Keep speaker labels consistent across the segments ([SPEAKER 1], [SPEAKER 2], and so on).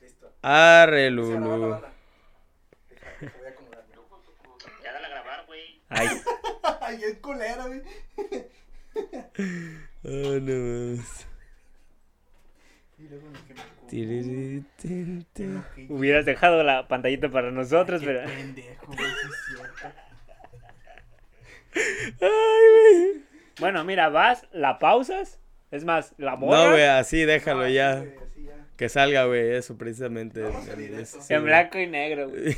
[SPEAKER 1] Listo.
[SPEAKER 2] Arre,
[SPEAKER 1] Se grabó la
[SPEAKER 2] Lulu.
[SPEAKER 1] banda. Deja, deja, voy a acomodarme.
[SPEAKER 3] Ya dale a grabar, güey.
[SPEAKER 2] Ay.
[SPEAKER 1] Ay, es culera, güey.
[SPEAKER 2] Oh, no mames.
[SPEAKER 1] Y luego nos quemó.
[SPEAKER 2] Tiriri, tin, tin.
[SPEAKER 1] Qué
[SPEAKER 4] Hubieras dejado la pantallita para nosotros, pero.
[SPEAKER 1] Pendejo, güey, sí es cierto.
[SPEAKER 2] Ay, güey.
[SPEAKER 4] Bueno, mira, vas, la pausas. Es más, la borras.
[SPEAKER 2] No, güey, así déjalo
[SPEAKER 1] Ah,
[SPEAKER 2] ya.
[SPEAKER 1] sí, güey, así ya.
[SPEAKER 2] Que salga, güey, eso precisamente.
[SPEAKER 1] Vamos a
[SPEAKER 2] en- en-
[SPEAKER 1] directo.
[SPEAKER 2] sí,
[SPEAKER 4] En
[SPEAKER 2] güey.
[SPEAKER 4] blanco y negro, güey.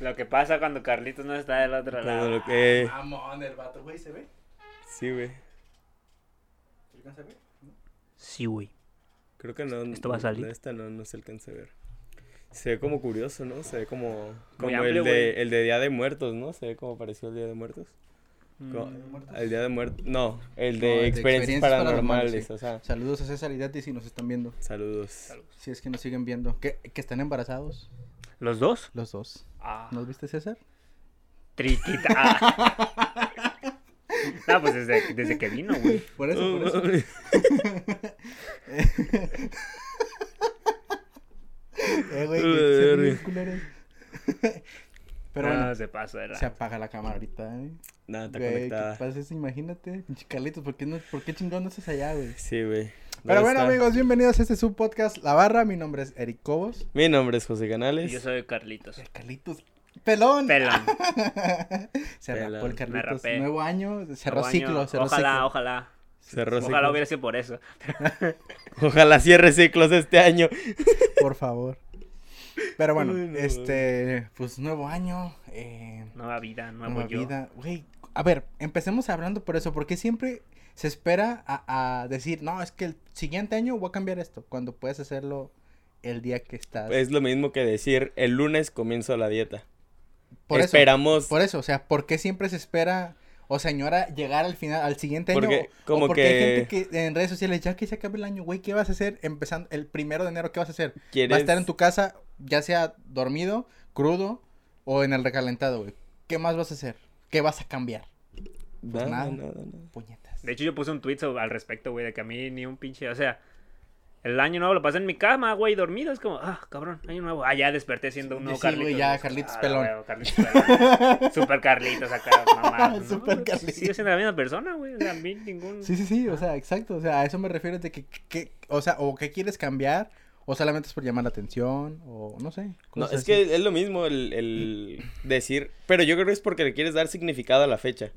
[SPEAKER 4] Lo que pasa cuando Carlitos no está del otro
[SPEAKER 2] Cuando
[SPEAKER 4] lado.
[SPEAKER 2] lo que- eh,
[SPEAKER 1] Mamón, el vato, güey, ¿se ve?
[SPEAKER 2] Sí, güey.
[SPEAKER 1] ¿Se alcanza a ver? ¿No?
[SPEAKER 4] Sí, güey.
[SPEAKER 2] Creo que no.
[SPEAKER 4] Esto va a salir.
[SPEAKER 2] no, Esta no, no se alcanza a ver. Se ve como curioso, ¿no? Se ve como, como
[SPEAKER 4] amplio,
[SPEAKER 2] el,
[SPEAKER 4] güey.
[SPEAKER 2] de, el de Día de Muertos, ¿no? Se ve como pareció el Día de Muertos. Co-
[SPEAKER 1] Mm. de Muertos?
[SPEAKER 2] El Día de Muertos. No, el
[SPEAKER 1] No,
[SPEAKER 2] de
[SPEAKER 1] el de
[SPEAKER 2] Experiencias
[SPEAKER 1] Experiencias
[SPEAKER 2] Paranormales.
[SPEAKER 1] Paranormales, sí.
[SPEAKER 2] O sea,
[SPEAKER 1] Saludos a César y Dati si nos están viendo.
[SPEAKER 2] saludos.
[SPEAKER 1] Si es que nos siguen viendo. Que, que están embarazados
[SPEAKER 4] ¿Los dos?
[SPEAKER 1] los dos.
[SPEAKER 4] Ah.
[SPEAKER 1] ¿Nos viste, César?
[SPEAKER 4] Triquita. Ah. No, pues desde, desde que vino, güey.
[SPEAKER 1] Por eso, por eso. Eh, güey,
[SPEAKER 2] Uy,
[SPEAKER 1] que son
[SPEAKER 2] verga.
[SPEAKER 1] bien culeros. Pero
[SPEAKER 4] no,
[SPEAKER 1] bueno,
[SPEAKER 4] Ah, se pasó de
[SPEAKER 1] se
[SPEAKER 4] la...
[SPEAKER 1] apaga la cámara ahorita, ¿eh?
[SPEAKER 2] Nada, está
[SPEAKER 1] Güey, ¿qué
[SPEAKER 2] conectada.
[SPEAKER 1] pasa eso? Imagínate. Pinche Carlitos, ¿por qué, no, ¿por qué chingón no estás allá, güey?
[SPEAKER 2] Sí, güey.
[SPEAKER 1] Pero
[SPEAKER 2] ¿Dónde
[SPEAKER 1] bueno,
[SPEAKER 2] está?
[SPEAKER 1] amigos, bienvenidos a este subpodcast La Barra. Mi nombre es Eric Cobos.
[SPEAKER 2] Mi nombre es José
[SPEAKER 4] Y
[SPEAKER 2] Canales.
[SPEAKER 4] Yo soy Carlitos.
[SPEAKER 1] El Carlitos. ¡Pelón!
[SPEAKER 4] Pelón.
[SPEAKER 1] se
[SPEAKER 2] Pelón.
[SPEAKER 1] rapó el
[SPEAKER 2] Me
[SPEAKER 1] Carlitos.
[SPEAKER 4] rapé.
[SPEAKER 1] Nuevo año. Cerró
[SPEAKER 4] Nuevo año.
[SPEAKER 1] ciclo. Cerró
[SPEAKER 4] ojalá,
[SPEAKER 1] ciclo.
[SPEAKER 4] ojalá.
[SPEAKER 2] Cerró
[SPEAKER 4] Ojalá
[SPEAKER 2] ciclos.
[SPEAKER 4] hubiera sido por eso.
[SPEAKER 2] Ojalá cierre ciclos este año.
[SPEAKER 1] Por favor. Pero bueno,
[SPEAKER 2] Uy, no,
[SPEAKER 1] este. Pues nuevo año. Eh,
[SPEAKER 4] Nueva vida, nuevo
[SPEAKER 1] nueva
[SPEAKER 4] yo.
[SPEAKER 1] vida. Güey, a ver, empecemos hablando por eso. Porque siempre se espera a, a decir, no, es que el siguiente año voy a cambiar esto. Cuando puedes hacerlo el día que estás.
[SPEAKER 2] Es lo mismo que decir, el lunes comienzo la dieta.
[SPEAKER 1] por eso.
[SPEAKER 2] Esperamos.
[SPEAKER 1] Por eso, o sea, ¿por qué siempre se espera o señora llegar al final, al siguiente año?
[SPEAKER 2] Porque,
[SPEAKER 1] o- o
[SPEAKER 2] como
[SPEAKER 1] porque hay
[SPEAKER 2] que-
[SPEAKER 1] gente que en redes sociales, ya que se acabe el año, güey, ¿qué vas a hacer empezando el primero de enero? ¿Qué vas a hacer? ¿Vas
[SPEAKER 2] ¿Quieres-
[SPEAKER 1] a estar en tu casa, ya sea dormido, crudo o en el recalentado, güey? ¿Qué más vas a hacer? ¿Qué vas a cambiar?
[SPEAKER 2] Nada,
[SPEAKER 1] pues nada.
[SPEAKER 2] nada, nada.
[SPEAKER 1] Puñetas.
[SPEAKER 4] De hecho, yo puse un tweet sobre- al respecto, güey, de que a mí ni un pinche. O sea, el año nuevo lo pasé en mi cama, güey, dormido. Es como, ah, cabrón, año nuevo. Ah, ya desperté siendo un nuevo
[SPEAKER 1] Sí, güey,
[SPEAKER 4] Carlitos.
[SPEAKER 1] ya,
[SPEAKER 4] güey.
[SPEAKER 1] Carlitos
[SPEAKER 4] Ah,
[SPEAKER 1] pelón.
[SPEAKER 4] güey, Carlitos pelón. Super Carlitos acá, mamá. No,
[SPEAKER 1] Super
[SPEAKER 4] güey,
[SPEAKER 1] Carlitos.
[SPEAKER 4] Sigue siendo la misma persona, güey. O sea, a mí ningún.
[SPEAKER 1] Sí, sí, sí, o sea, exacto, o sea, a eso me refiero de que, que- o sea, o qué quieres cambiar, o solamente es por llamar la atención, o no sé.
[SPEAKER 2] No,
[SPEAKER 1] cosas
[SPEAKER 2] es
[SPEAKER 1] así. Mm.
[SPEAKER 2] que es lo mismo el, el decir, pero yo creo que es porque le quieres dar significado a la fecha.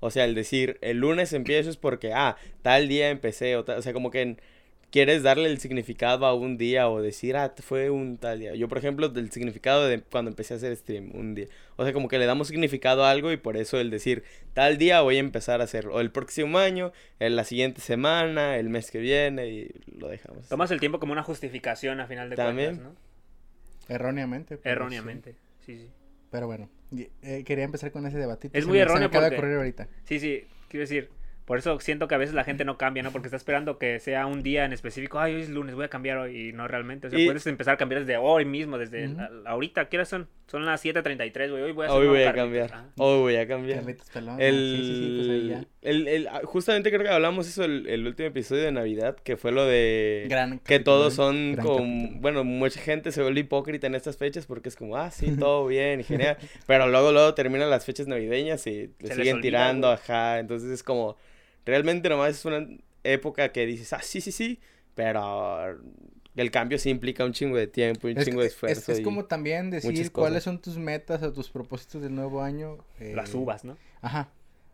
[SPEAKER 2] O sea, el decir, el lunes empiezo es porque, ah, tal día empecé, o, ta- o sea, como que en- quieres darle el significado a un día o decir, ah, fue un tal día. Yo, por ejemplo, del significado de cuando empecé a hacer stream, un día. O sea, como que le damos significado a algo y por eso el decir, tal día voy a empezar a hacerlo. O el próximo año, en la siguiente semana, el mes que viene y lo dejamos.
[SPEAKER 4] Tomas el tiempo como una justificación a final de
[SPEAKER 2] También.
[SPEAKER 4] cuentas, ¿no?
[SPEAKER 1] Erróneamente. pero Pues sí.
[SPEAKER 4] Erróneamente. Sí, sí.
[SPEAKER 1] Pero bueno, y- eh, quería empezar con ese debate.
[SPEAKER 4] Es muy erróneo
[SPEAKER 1] acaba de
[SPEAKER 4] porque-
[SPEAKER 1] ocurrir ahorita.
[SPEAKER 4] Sí, sí, quiero decir, por eso siento que a veces la gente no cambia, ¿no? Porque está esperando que sea un día en específico, ay, hoy es lunes, voy a cambiar hoy, y no realmente, o sea,
[SPEAKER 2] Y-
[SPEAKER 4] puedes empezar a cambiar desde hoy mismo, desde
[SPEAKER 1] Ujú.
[SPEAKER 4] la- la- ahorita, ¿qué horas son? Son las 7.33, güey, hoy voy a hacer ¿ah?
[SPEAKER 2] Hoy
[SPEAKER 4] nuevo
[SPEAKER 2] voy a
[SPEAKER 4] Carlitos.
[SPEAKER 2] cambiar.
[SPEAKER 4] Ajá.
[SPEAKER 2] Hoy voy a cambiar.
[SPEAKER 1] Carlitos Pelón.
[SPEAKER 2] El,
[SPEAKER 1] Ah, Sí, sí, sí, pues ahí ya.
[SPEAKER 2] el- el- ah, justamente creo que hablamos eso el, el último episodio de Navidad, que fue lo de
[SPEAKER 1] Gran
[SPEAKER 2] que
[SPEAKER 1] capítulo,
[SPEAKER 2] todos
[SPEAKER 1] ¿eh?
[SPEAKER 2] son
[SPEAKER 1] Gran
[SPEAKER 2] como,
[SPEAKER 1] capítulo.
[SPEAKER 2] bueno, mucha gente se vuelve hipócrita en estas fechas porque es como, ah, sí, todo bien, y genial, pero luego, luego terminan las fechas navideñas y le
[SPEAKER 4] Se les
[SPEAKER 2] siguen
[SPEAKER 4] olvida,
[SPEAKER 2] tirando,
[SPEAKER 4] güey.
[SPEAKER 2] ajá, entonces es como, realmente nomás es una época que dices, ah, sí, sí, sí, pero el cambio sí implica un chingo de tiempo y un
[SPEAKER 1] Es,
[SPEAKER 2] chingo de
[SPEAKER 1] es-
[SPEAKER 2] esfuerzo.
[SPEAKER 1] es
[SPEAKER 2] y-
[SPEAKER 1] como también decir
[SPEAKER 2] muchas
[SPEAKER 1] cuáles
[SPEAKER 2] cosas.
[SPEAKER 1] son tus metas o tus propósitos del nuevo año. eh,
[SPEAKER 4] Las uvas, ¿no?
[SPEAKER 1] Ajá.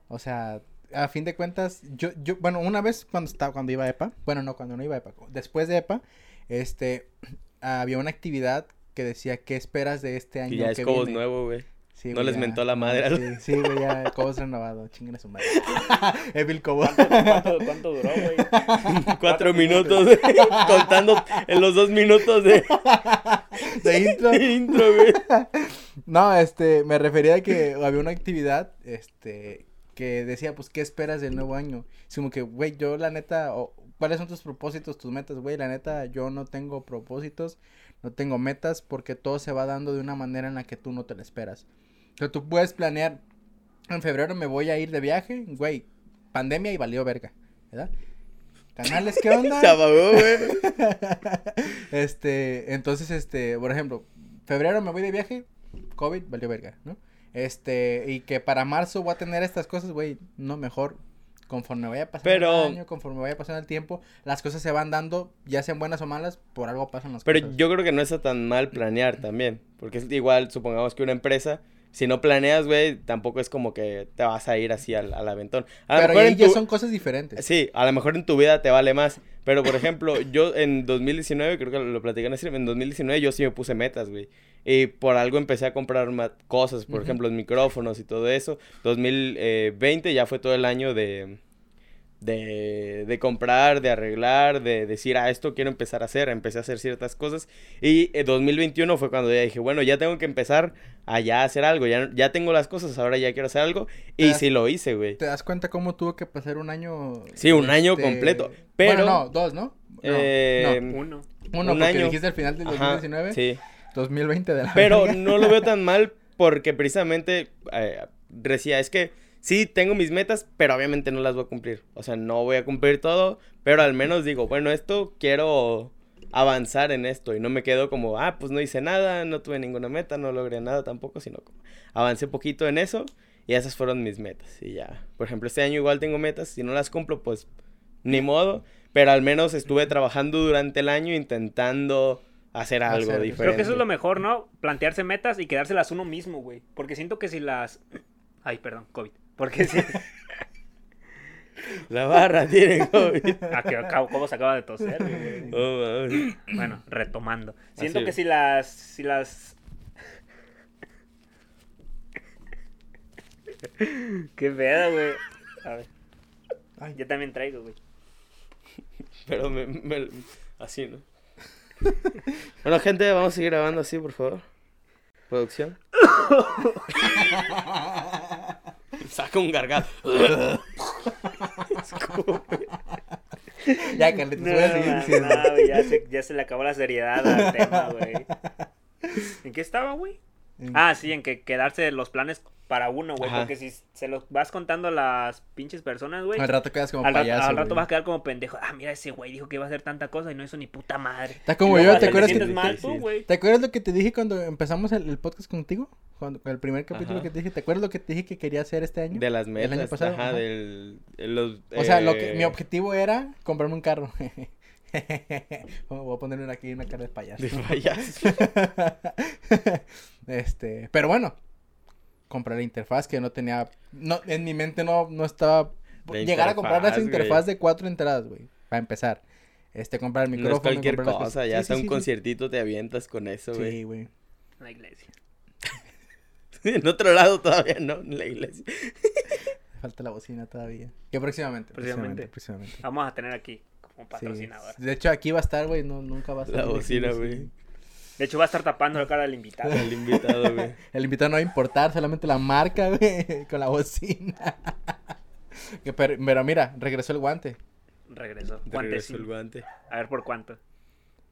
[SPEAKER 1] O sea, a fin de cuentas, yo, yo, bueno, una vez cuando estaba, cuando iba a EPA, bueno, no, cuando no iba a EPA, después de EPA, este, había una actividad que decía, ¿qué esperas de este año
[SPEAKER 2] Y ya es
[SPEAKER 1] que
[SPEAKER 2] como
[SPEAKER 1] viene?
[SPEAKER 2] nuevo, güey.
[SPEAKER 1] Sí,
[SPEAKER 2] No
[SPEAKER 1] güey,
[SPEAKER 2] les
[SPEAKER 1] ya.
[SPEAKER 2] mentó la madre a los-
[SPEAKER 1] Sí, sí, güey, ya, Cobos renovado, chinguen a su madre. Evil Cobos.
[SPEAKER 4] ¿Cuánto, cuánto, cuánto duró, güey?
[SPEAKER 2] Cuatro minutos, contando en los dos minutos de...
[SPEAKER 1] De intro.
[SPEAKER 2] intro, güey.
[SPEAKER 1] No, este, me refería a que había una actividad, este, que decía, pues, ¿qué esperas del nuevo año? Es como que, güey, yo la neta, o, ¿cuáles son tus propósitos, tus metas? Güey, la neta, yo no tengo propósitos, no tengo metas, porque todo se va dando de una manera en la que tú no te la esperas. O sea, tú puedes planear, en febrero me voy a ir de viaje, güey, pandemia y valió verga, ¿verdad? Canales, ¿qué onda?
[SPEAKER 2] Se apagó, güey.
[SPEAKER 1] Este, entonces, este, por ejemplo, febrero me voy de viaje, COVID, valió verga, ¿no? Este, y que para marzo voy a tener estas cosas, güey, no, mejor, conforme vaya pasando
[SPEAKER 2] Pero-
[SPEAKER 1] el año, conforme vaya pasando el tiempo, las cosas se van dando, ya sean buenas o malas, por algo pasan las
[SPEAKER 2] Pero
[SPEAKER 1] cosas.
[SPEAKER 2] yo creo que no está tan mal planear también. Porque es igual, supongamos que una empresa, si no planeas, güey, tampoco es como que te vas a ir así al, al aventón. A lo
[SPEAKER 1] Pero
[SPEAKER 2] mejor
[SPEAKER 1] ahí
[SPEAKER 2] en
[SPEAKER 1] ya
[SPEAKER 2] tu-
[SPEAKER 1] son cosas diferentes.
[SPEAKER 2] Sí, a lo mejor en tu vida te vale más. Pero, por ejemplo, yo en 2019, creo que lo platican en el stream, en 2019 yo sí me puse metas, güey. Y por algo empecé a comprar ma- cosas, por
[SPEAKER 1] Ujú.
[SPEAKER 2] ejemplo, los micrófonos y todo eso. 2020 ya fue todo el año de, de, de comprar, de arreglar, de decir, ah, esto quiero empezar a hacer. Empecé a hacer ciertas cosas. Y eh, 2021 fue cuando ya dije, bueno, ya tengo que empezar a ya hacer algo. Ya, ya tengo las cosas, ahora ya quiero hacer algo.
[SPEAKER 1] Te
[SPEAKER 2] Y
[SPEAKER 1] das-
[SPEAKER 2] sí lo hice, güey.
[SPEAKER 1] ¿Te das cuenta cómo tuvo que pasar un año?
[SPEAKER 2] Sí, un año completo, pero-
[SPEAKER 1] Este, Bueno, no, dos, ¿no? No,
[SPEAKER 2] Eh,
[SPEAKER 1] no.
[SPEAKER 4] Uno.
[SPEAKER 1] Uno,
[SPEAKER 2] un
[SPEAKER 1] porque
[SPEAKER 2] año.
[SPEAKER 1] dijiste al final del
[SPEAKER 2] Ajá,
[SPEAKER 1] 2019,
[SPEAKER 2] sí.
[SPEAKER 1] 2020 de la
[SPEAKER 2] Pero
[SPEAKER 1] verga.
[SPEAKER 2] no lo veo tan mal porque precisamente eh, decía, es que sí tengo mis metas, pero obviamente no las voy a cumplir. O sea, no voy a cumplir todo, pero al menos digo, bueno, esto quiero avanzar en esto y no me quedo como, ah, pues no hice nada, no tuve ninguna meta, no logré nada tampoco, sino como avancé poquito en eso y esas fueron mis metas y ya. Por ejemplo, este año igual tengo metas, si no las cumplo, pues ni modo, pero al menos estuve trabajando durante el año intentando hacer algo
[SPEAKER 1] Hacer- Creo que
[SPEAKER 2] diferente.
[SPEAKER 4] Creo que eso es lo mejor, ¿no? Plantearse metas y quedárselas uno mismo, güey. Porque siento que si las... Ay, perdón, COVID. Porque si...
[SPEAKER 2] La barra tiene COVID.
[SPEAKER 4] Ah, que acabo- ¿Cómo se acaba de toser, güey?
[SPEAKER 2] Oh, mames.
[SPEAKER 4] Bueno, retomando. Siento
[SPEAKER 2] Así
[SPEAKER 4] que
[SPEAKER 2] es.
[SPEAKER 4] si las. Si las. Qué pedo, güey. A ver.
[SPEAKER 1] Ay.
[SPEAKER 4] Yo también traigo, güey.
[SPEAKER 2] Pero me, me- así, ¿no? Bueno, gente, vamos a seguir grabando así, por favor. Producción. Saca un gargato.
[SPEAKER 1] Ya, Carlitos, voy a seguir
[SPEAKER 4] mames,
[SPEAKER 1] diciendo.
[SPEAKER 4] no, güey, ya, se, ya se le acabó la seriedad al tema, güey. ¿En qué estaba, güey? Ah, sí, en que quedarse los planes para uno, güey.
[SPEAKER 2] Ajá.
[SPEAKER 4] Porque si se los vas contando a las pinches personas, güey.
[SPEAKER 1] Al rato quedas como
[SPEAKER 4] pues, al rato-
[SPEAKER 1] payaso.
[SPEAKER 4] al rato
[SPEAKER 1] güey.
[SPEAKER 4] vas a quedar como pendejo. Ah, mira, ese güey dijo que iba a hacer tanta cosa y no hizo ni puta madre.
[SPEAKER 1] Está como
[SPEAKER 4] Y
[SPEAKER 1] yo,
[SPEAKER 4] luego
[SPEAKER 1] ¿te acuerdas
[SPEAKER 4] Te sientes
[SPEAKER 1] que-
[SPEAKER 4] mal tú, güey.
[SPEAKER 1] ¿Te acuerdas lo que te dije cuando empezamos el, el podcast contigo? Cuando, el primer capítulo
[SPEAKER 2] Ajá.
[SPEAKER 1] que te dije. ¿Te acuerdas lo que te dije que quería hacer este año?
[SPEAKER 2] De las metas.
[SPEAKER 1] año pasado,
[SPEAKER 2] Ajá,
[SPEAKER 1] ajá.
[SPEAKER 2] del. Los,
[SPEAKER 1] O sea, lo que,
[SPEAKER 2] eh,
[SPEAKER 1] mi objetivo era comprarme un carro. Voy a ponerle una- aquí una cara de payaso.
[SPEAKER 2] De payaso.
[SPEAKER 1] este, pero bueno, compré la interfaz que no tenía, no, en mi mente no, no estaba
[SPEAKER 2] La
[SPEAKER 1] llegar a comprar esa
[SPEAKER 2] interfaz, güey.
[SPEAKER 1] interfaz de cuatro entradas, güey, para empezar. Este, comprar el
[SPEAKER 2] No
[SPEAKER 1] micrófono.
[SPEAKER 2] es cualquier
[SPEAKER 1] comprar las
[SPEAKER 2] cosa,
[SPEAKER 1] cosas.
[SPEAKER 2] ya
[SPEAKER 1] Sí, sí,
[SPEAKER 2] hasta un
[SPEAKER 1] sí, sí.
[SPEAKER 2] conciertito te avientas con eso, güey.
[SPEAKER 1] Sí, güey.
[SPEAKER 4] La iglesia.
[SPEAKER 2] En otro lado todavía, ¿no? En la iglesia.
[SPEAKER 1] Falta la bocina todavía. Que próximamente.
[SPEAKER 4] Próximamente.
[SPEAKER 1] próximamente.
[SPEAKER 2] Ah,
[SPEAKER 4] Vamos a tener aquí como
[SPEAKER 1] Sí.
[SPEAKER 4] patrocinador.
[SPEAKER 1] De hecho, aquí va a estar, güey. No, nunca va a estar.
[SPEAKER 2] La bocina, güey.
[SPEAKER 4] De hecho, va a estar tapando la cara del invitado.
[SPEAKER 2] El invitado, güey.
[SPEAKER 1] El invitado no va a importar, solamente la marca, güey, con la bocina. Que per- pero, mira, regresó el guante.
[SPEAKER 4] Regresó.
[SPEAKER 2] Te regreso el
[SPEAKER 4] Guantecito.
[SPEAKER 2] guante.
[SPEAKER 4] A ver por cuánto.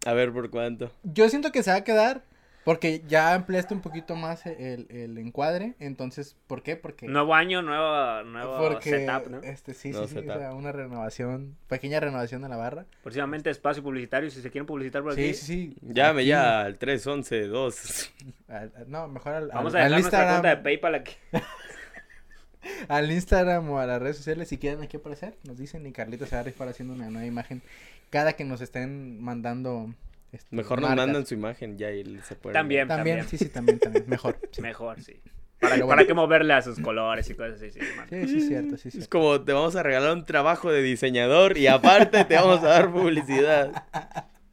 [SPEAKER 2] A ver por cuánto.
[SPEAKER 1] Yo siento que se va a quedar porque ya ampliaste un poquito más e, el, el encuadre. Entonces, ¿por qué? Porque.
[SPEAKER 4] Nuevo año, nuevo, nuevo
[SPEAKER 1] porque
[SPEAKER 4] setup, ¿no?
[SPEAKER 1] este sí,
[SPEAKER 2] Nuevo
[SPEAKER 1] sí, sí, o
[SPEAKER 2] setup.
[SPEAKER 1] sea, una renovación, pequeña renovación de la barra.
[SPEAKER 4] Próximamente espacio publicitario, si se quieren publicitar por
[SPEAKER 1] Sí,
[SPEAKER 4] aquí.
[SPEAKER 1] sí, sí.
[SPEAKER 2] Llame
[SPEAKER 1] Aquí,
[SPEAKER 2] ya al 311-2.
[SPEAKER 1] al- al- no, mejor al,
[SPEAKER 4] Vamos a
[SPEAKER 1] al- al
[SPEAKER 4] dejar nuestra
[SPEAKER 1] Instagram.
[SPEAKER 4] cuenta de PayPal aquí.
[SPEAKER 1] al Instagram o a las redes sociales si quieren aquí aparecer, nos dicen y Carlita se va a rifar haciendo una nueva imagen cada que nos estén mandando este,
[SPEAKER 2] Mejor nos
[SPEAKER 1] marcas.
[SPEAKER 2] mandan su imagen ya y se pueden.
[SPEAKER 4] También.
[SPEAKER 1] también,
[SPEAKER 4] también.
[SPEAKER 1] sí, sí, también, también, mejor. Sí,
[SPEAKER 4] Mejor, sí. Para,
[SPEAKER 1] Pero
[SPEAKER 4] para
[SPEAKER 1] bueno.
[SPEAKER 4] que moverle a sus colores y cosas así. sí, man.
[SPEAKER 1] sí, sí, cierto, sí,
[SPEAKER 2] Es
[SPEAKER 1] cierto.
[SPEAKER 2] como te vamos a regalar un trabajo de diseñador y aparte te vamos a dar publicidad.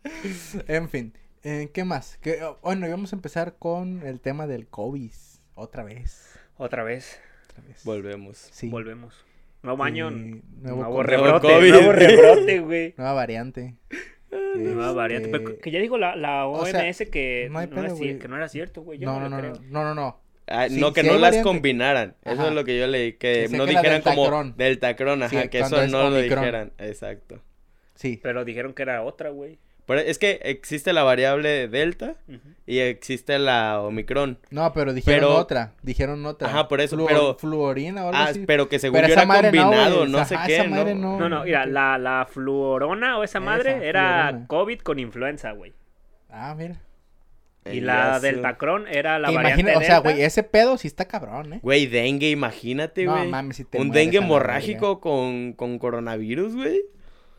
[SPEAKER 1] En fin, eh, ¿qué más? Que, oh, bueno, íbamos a empezar con el tema del COVID, otra vez,
[SPEAKER 4] Otra vez.
[SPEAKER 1] otra vez.
[SPEAKER 2] Volvemos.
[SPEAKER 1] Sí.
[SPEAKER 4] Volvemos. Nuevo año.
[SPEAKER 1] Y nuevo
[SPEAKER 4] Nuevo,
[SPEAKER 1] COVID,
[SPEAKER 4] rebrote.
[SPEAKER 2] Nuevo COVID.
[SPEAKER 4] Nuevo rebrote, güey.
[SPEAKER 1] nueva variante.
[SPEAKER 4] Nueva
[SPEAKER 1] Este,
[SPEAKER 4] variante. Pero que ya dijo la, la
[SPEAKER 1] o
[SPEAKER 4] OMS
[SPEAKER 1] sea,
[SPEAKER 4] que,
[SPEAKER 1] no hay
[SPEAKER 4] no era
[SPEAKER 1] pedo,
[SPEAKER 4] cier-
[SPEAKER 1] güey.
[SPEAKER 4] que no era cierto, güey. Yo
[SPEAKER 1] No, no,
[SPEAKER 4] no,
[SPEAKER 1] no,
[SPEAKER 4] lo
[SPEAKER 1] no,
[SPEAKER 4] creo.
[SPEAKER 1] no, no, no.
[SPEAKER 2] Ah,
[SPEAKER 1] Sí,
[SPEAKER 2] no, que
[SPEAKER 1] sí
[SPEAKER 2] no
[SPEAKER 1] hay
[SPEAKER 2] las
[SPEAKER 1] variante.
[SPEAKER 2] combinaran. Eso
[SPEAKER 1] Ajá.
[SPEAKER 2] es lo que yo leí. Que
[SPEAKER 1] Decía
[SPEAKER 2] no
[SPEAKER 1] que la del
[SPEAKER 2] dijeran como
[SPEAKER 1] Tacrón.
[SPEAKER 2] del tacrón,
[SPEAKER 1] Sí,
[SPEAKER 2] ajá. que
[SPEAKER 1] cuando
[SPEAKER 2] eso
[SPEAKER 1] es
[SPEAKER 2] no lo
[SPEAKER 1] Omicron.
[SPEAKER 2] dijeran. Exacto.
[SPEAKER 1] Sí.
[SPEAKER 4] Pero dijeron que era otra, güey.
[SPEAKER 2] Pero es que existe la variable delta
[SPEAKER 4] Ujú.
[SPEAKER 2] y existe la omicron.
[SPEAKER 1] No, pero dijeron
[SPEAKER 2] Pero-
[SPEAKER 1] otra. Dijeron otra.
[SPEAKER 2] Ajá, por eso,
[SPEAKER 1] Fluor-
[SPEAKER 2] pero-
[SPEAKER 1] Fluorina o algo
[SPEAKER 2] Ah,
[SPEAKER 1] así.
[SPEAKER 2] pero que según yo
[SPEAKER 1] esa
[SPEAKER 2] era
[SPEAKER 1] madre no,
[SPEAKER 2] combinado,
[SPEAKER 1] güey,
[SPEAKER 2] no,
[SPEAKER 1] esa-
[SPEAKER 2] sé
[SPEAKER 1] ajá,
[SPEAKER 2] qué,
[SPEAKER 1] esa
[SPEAKER 2] ¿no?
[SPEAKER 1] madre no.
[SPEAKER 4] No, no, mira, la, la fluorona o esa madre
[SPEAKER 1] Esa,
[SPEAKER 4] era
[SPEAKER 1] fluorona.
[SPEAKER 4] COVID con influenza, güey.
[SPEAKER 1] Ah, mira.
[SPEAKER 4] Y
[SPEAKER 2] Eh,
[SPEAKER 4] la
[SPEAKER 2] ya sé.
[SPEAKER 4] deltacron era la
[SPEAKER 1] Que
[SPEAKER 4] variante
[SPEAKER 1] imagina- o sea,
[SPEAKER 4] delta.
[SPEAKER 1] güey, ese pedo sí está cabrón, ¿eh?
[SPEAKER 2] Güey, dengue, imagínate,
[SPEAKER 1] No,
[SPEAKER 2] güey.
[SPEAKER 1] mames, si te
[SPEAKER 2] Un
[SPEAKER 1] mueres
[SPEAKER 2] dengue
[SPEAKER 1] a la
[SPEAKER 2] hemorrágico con, con coronavirus, güey.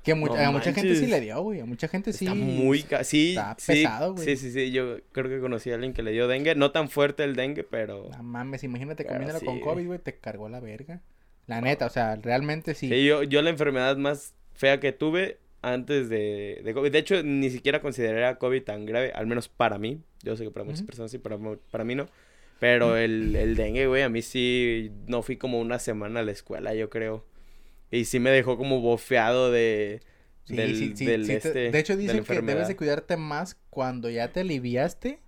[SPEAKER 1] Que mu-
[SPEAKER 2] No
[SPEAKER 1] a mucha gente sí
[SPEAKER 2] manches.
[SPEAKER 1] le dio, güey. A mucha gente sí.
[SPEAKER 2] Está muy... ca- Sí,
[SPEAKER 1] está
[SPEAKER 2] sí,
[SPEAKER 1] pesado, güey.
[SPEAKER 2] sí, sí, sí, yo creo que conocí a alguien que le dio dengue. No tan fuerte el dengue, pero...
[SPEAKER 1] No mames, imagínate
[SPEAKER 2] Pero
[SPEAKER 1] comiéndolo
[SPEAKER 2] sí,
[SPEAKER 1] con
[SPEAKER 2] güey.
[SPEAKER 1] COVID, güey. Te cargó la verga. La neta, o sea, realmente sí.
[SPEAKER 2] Sí, yo, yo la enfermedad más fea que tuve antes de, de COVID. De hecho, ni siquiera consideré a COVID tan grave, al menos para mí. Yo sé que para muchas
[SPEAKER 1] Ujú.
[SPEAKER 2] personas sí, pero mo- para mí no. Pero el, el dengue, güey, a mí sí no fui como una semana a la escuela, yo creo. Y sí me dejó como bofeado de.
[SPEAKER 1] Sí,
[SPEAKER 2] del,
[SPEAKER 1] sí, sí,
[SPEAKER 2] del
[SPEAKER 1] sí te-
[SPEAKER 2] este,
[SPEAKER 1] de hecho,
[SPEAKER 2] de la
[SPEAKER 1] dicen que debes
[SPEAKER 2] enfermedad.
[SPEAKER 1] de cuidarte más cuando ya te aliviaste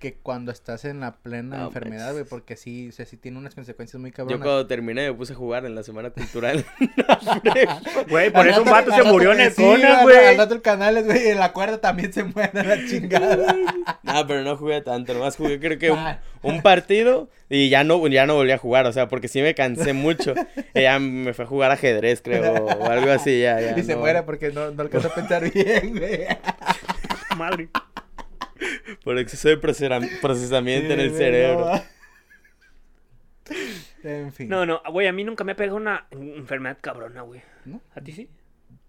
[SPEAKER 1] que cuando estás en la plena
[SPEAKER 2] No
[SPEAKER 1] enfermedad, güey,
[SPEAKER 2] manches.
[SPEAKER 1] porque sí, o sea, sí tiene unas consecuencias muy
[SPEAKER 2] Yo
[SPEAKER 1] cabronas.
[SPEAKER 2] cuando terminé me puse a jugar en la semana cultural. La prepa.
[SPEAKER 4] Güey,
[SPEAKER 1] Al
[SPEAKER 4] por eso un
[SPEAKER 1] rato-
[SPEAKER 4] vato
[SPEAKER 1] al
[SPEAKER 4] se
[SPEAKER 1] rato-
[SPEAKER 4] murió en el
[SPEAKER 1] sí,
[SPEAKER 4] Conan,
[SPEAKER 1] al-
[SPEAKER 4] güey.
[SPEAKER 1] Al otro canal, es, güey, en la cuerda también se muere
[SPEAKER 2] Uh,
[SPEAKER 1] la chingada.
[SPEAKER 2] No, Ah, pero no jugué tanto, nomás jugué creo que un,
[SPEAKER 1] Ah.
[SPEAKER 2] un partido y ya no, ya no volví a jugar, o sea, porque sí me cansé mucho. Y ya me fue a jugar ajedrez, creo, o algo así, ya, ya.
[SPEAKER 1] y se
[SPEAKER 2] no.
[SPEAKER 1] muere porque no, no alcanzó a pensar bien, güey.
[SPEAKER 4] Madre.
[SPEAKER 2] Por exceso de procesa- procesamiento en el
[SPEAKER 1] Sí, güey,
[SPEAKER 2] cerebro.
[SPEAKER 1] no. en fin.
[SPEAKER 4] No, no, güey, a mí nunca me pegó una enfermedad cabrona, güey.
[SPEAKER 1] ¿No?
[SPEAKER 4] ¿A ti sí?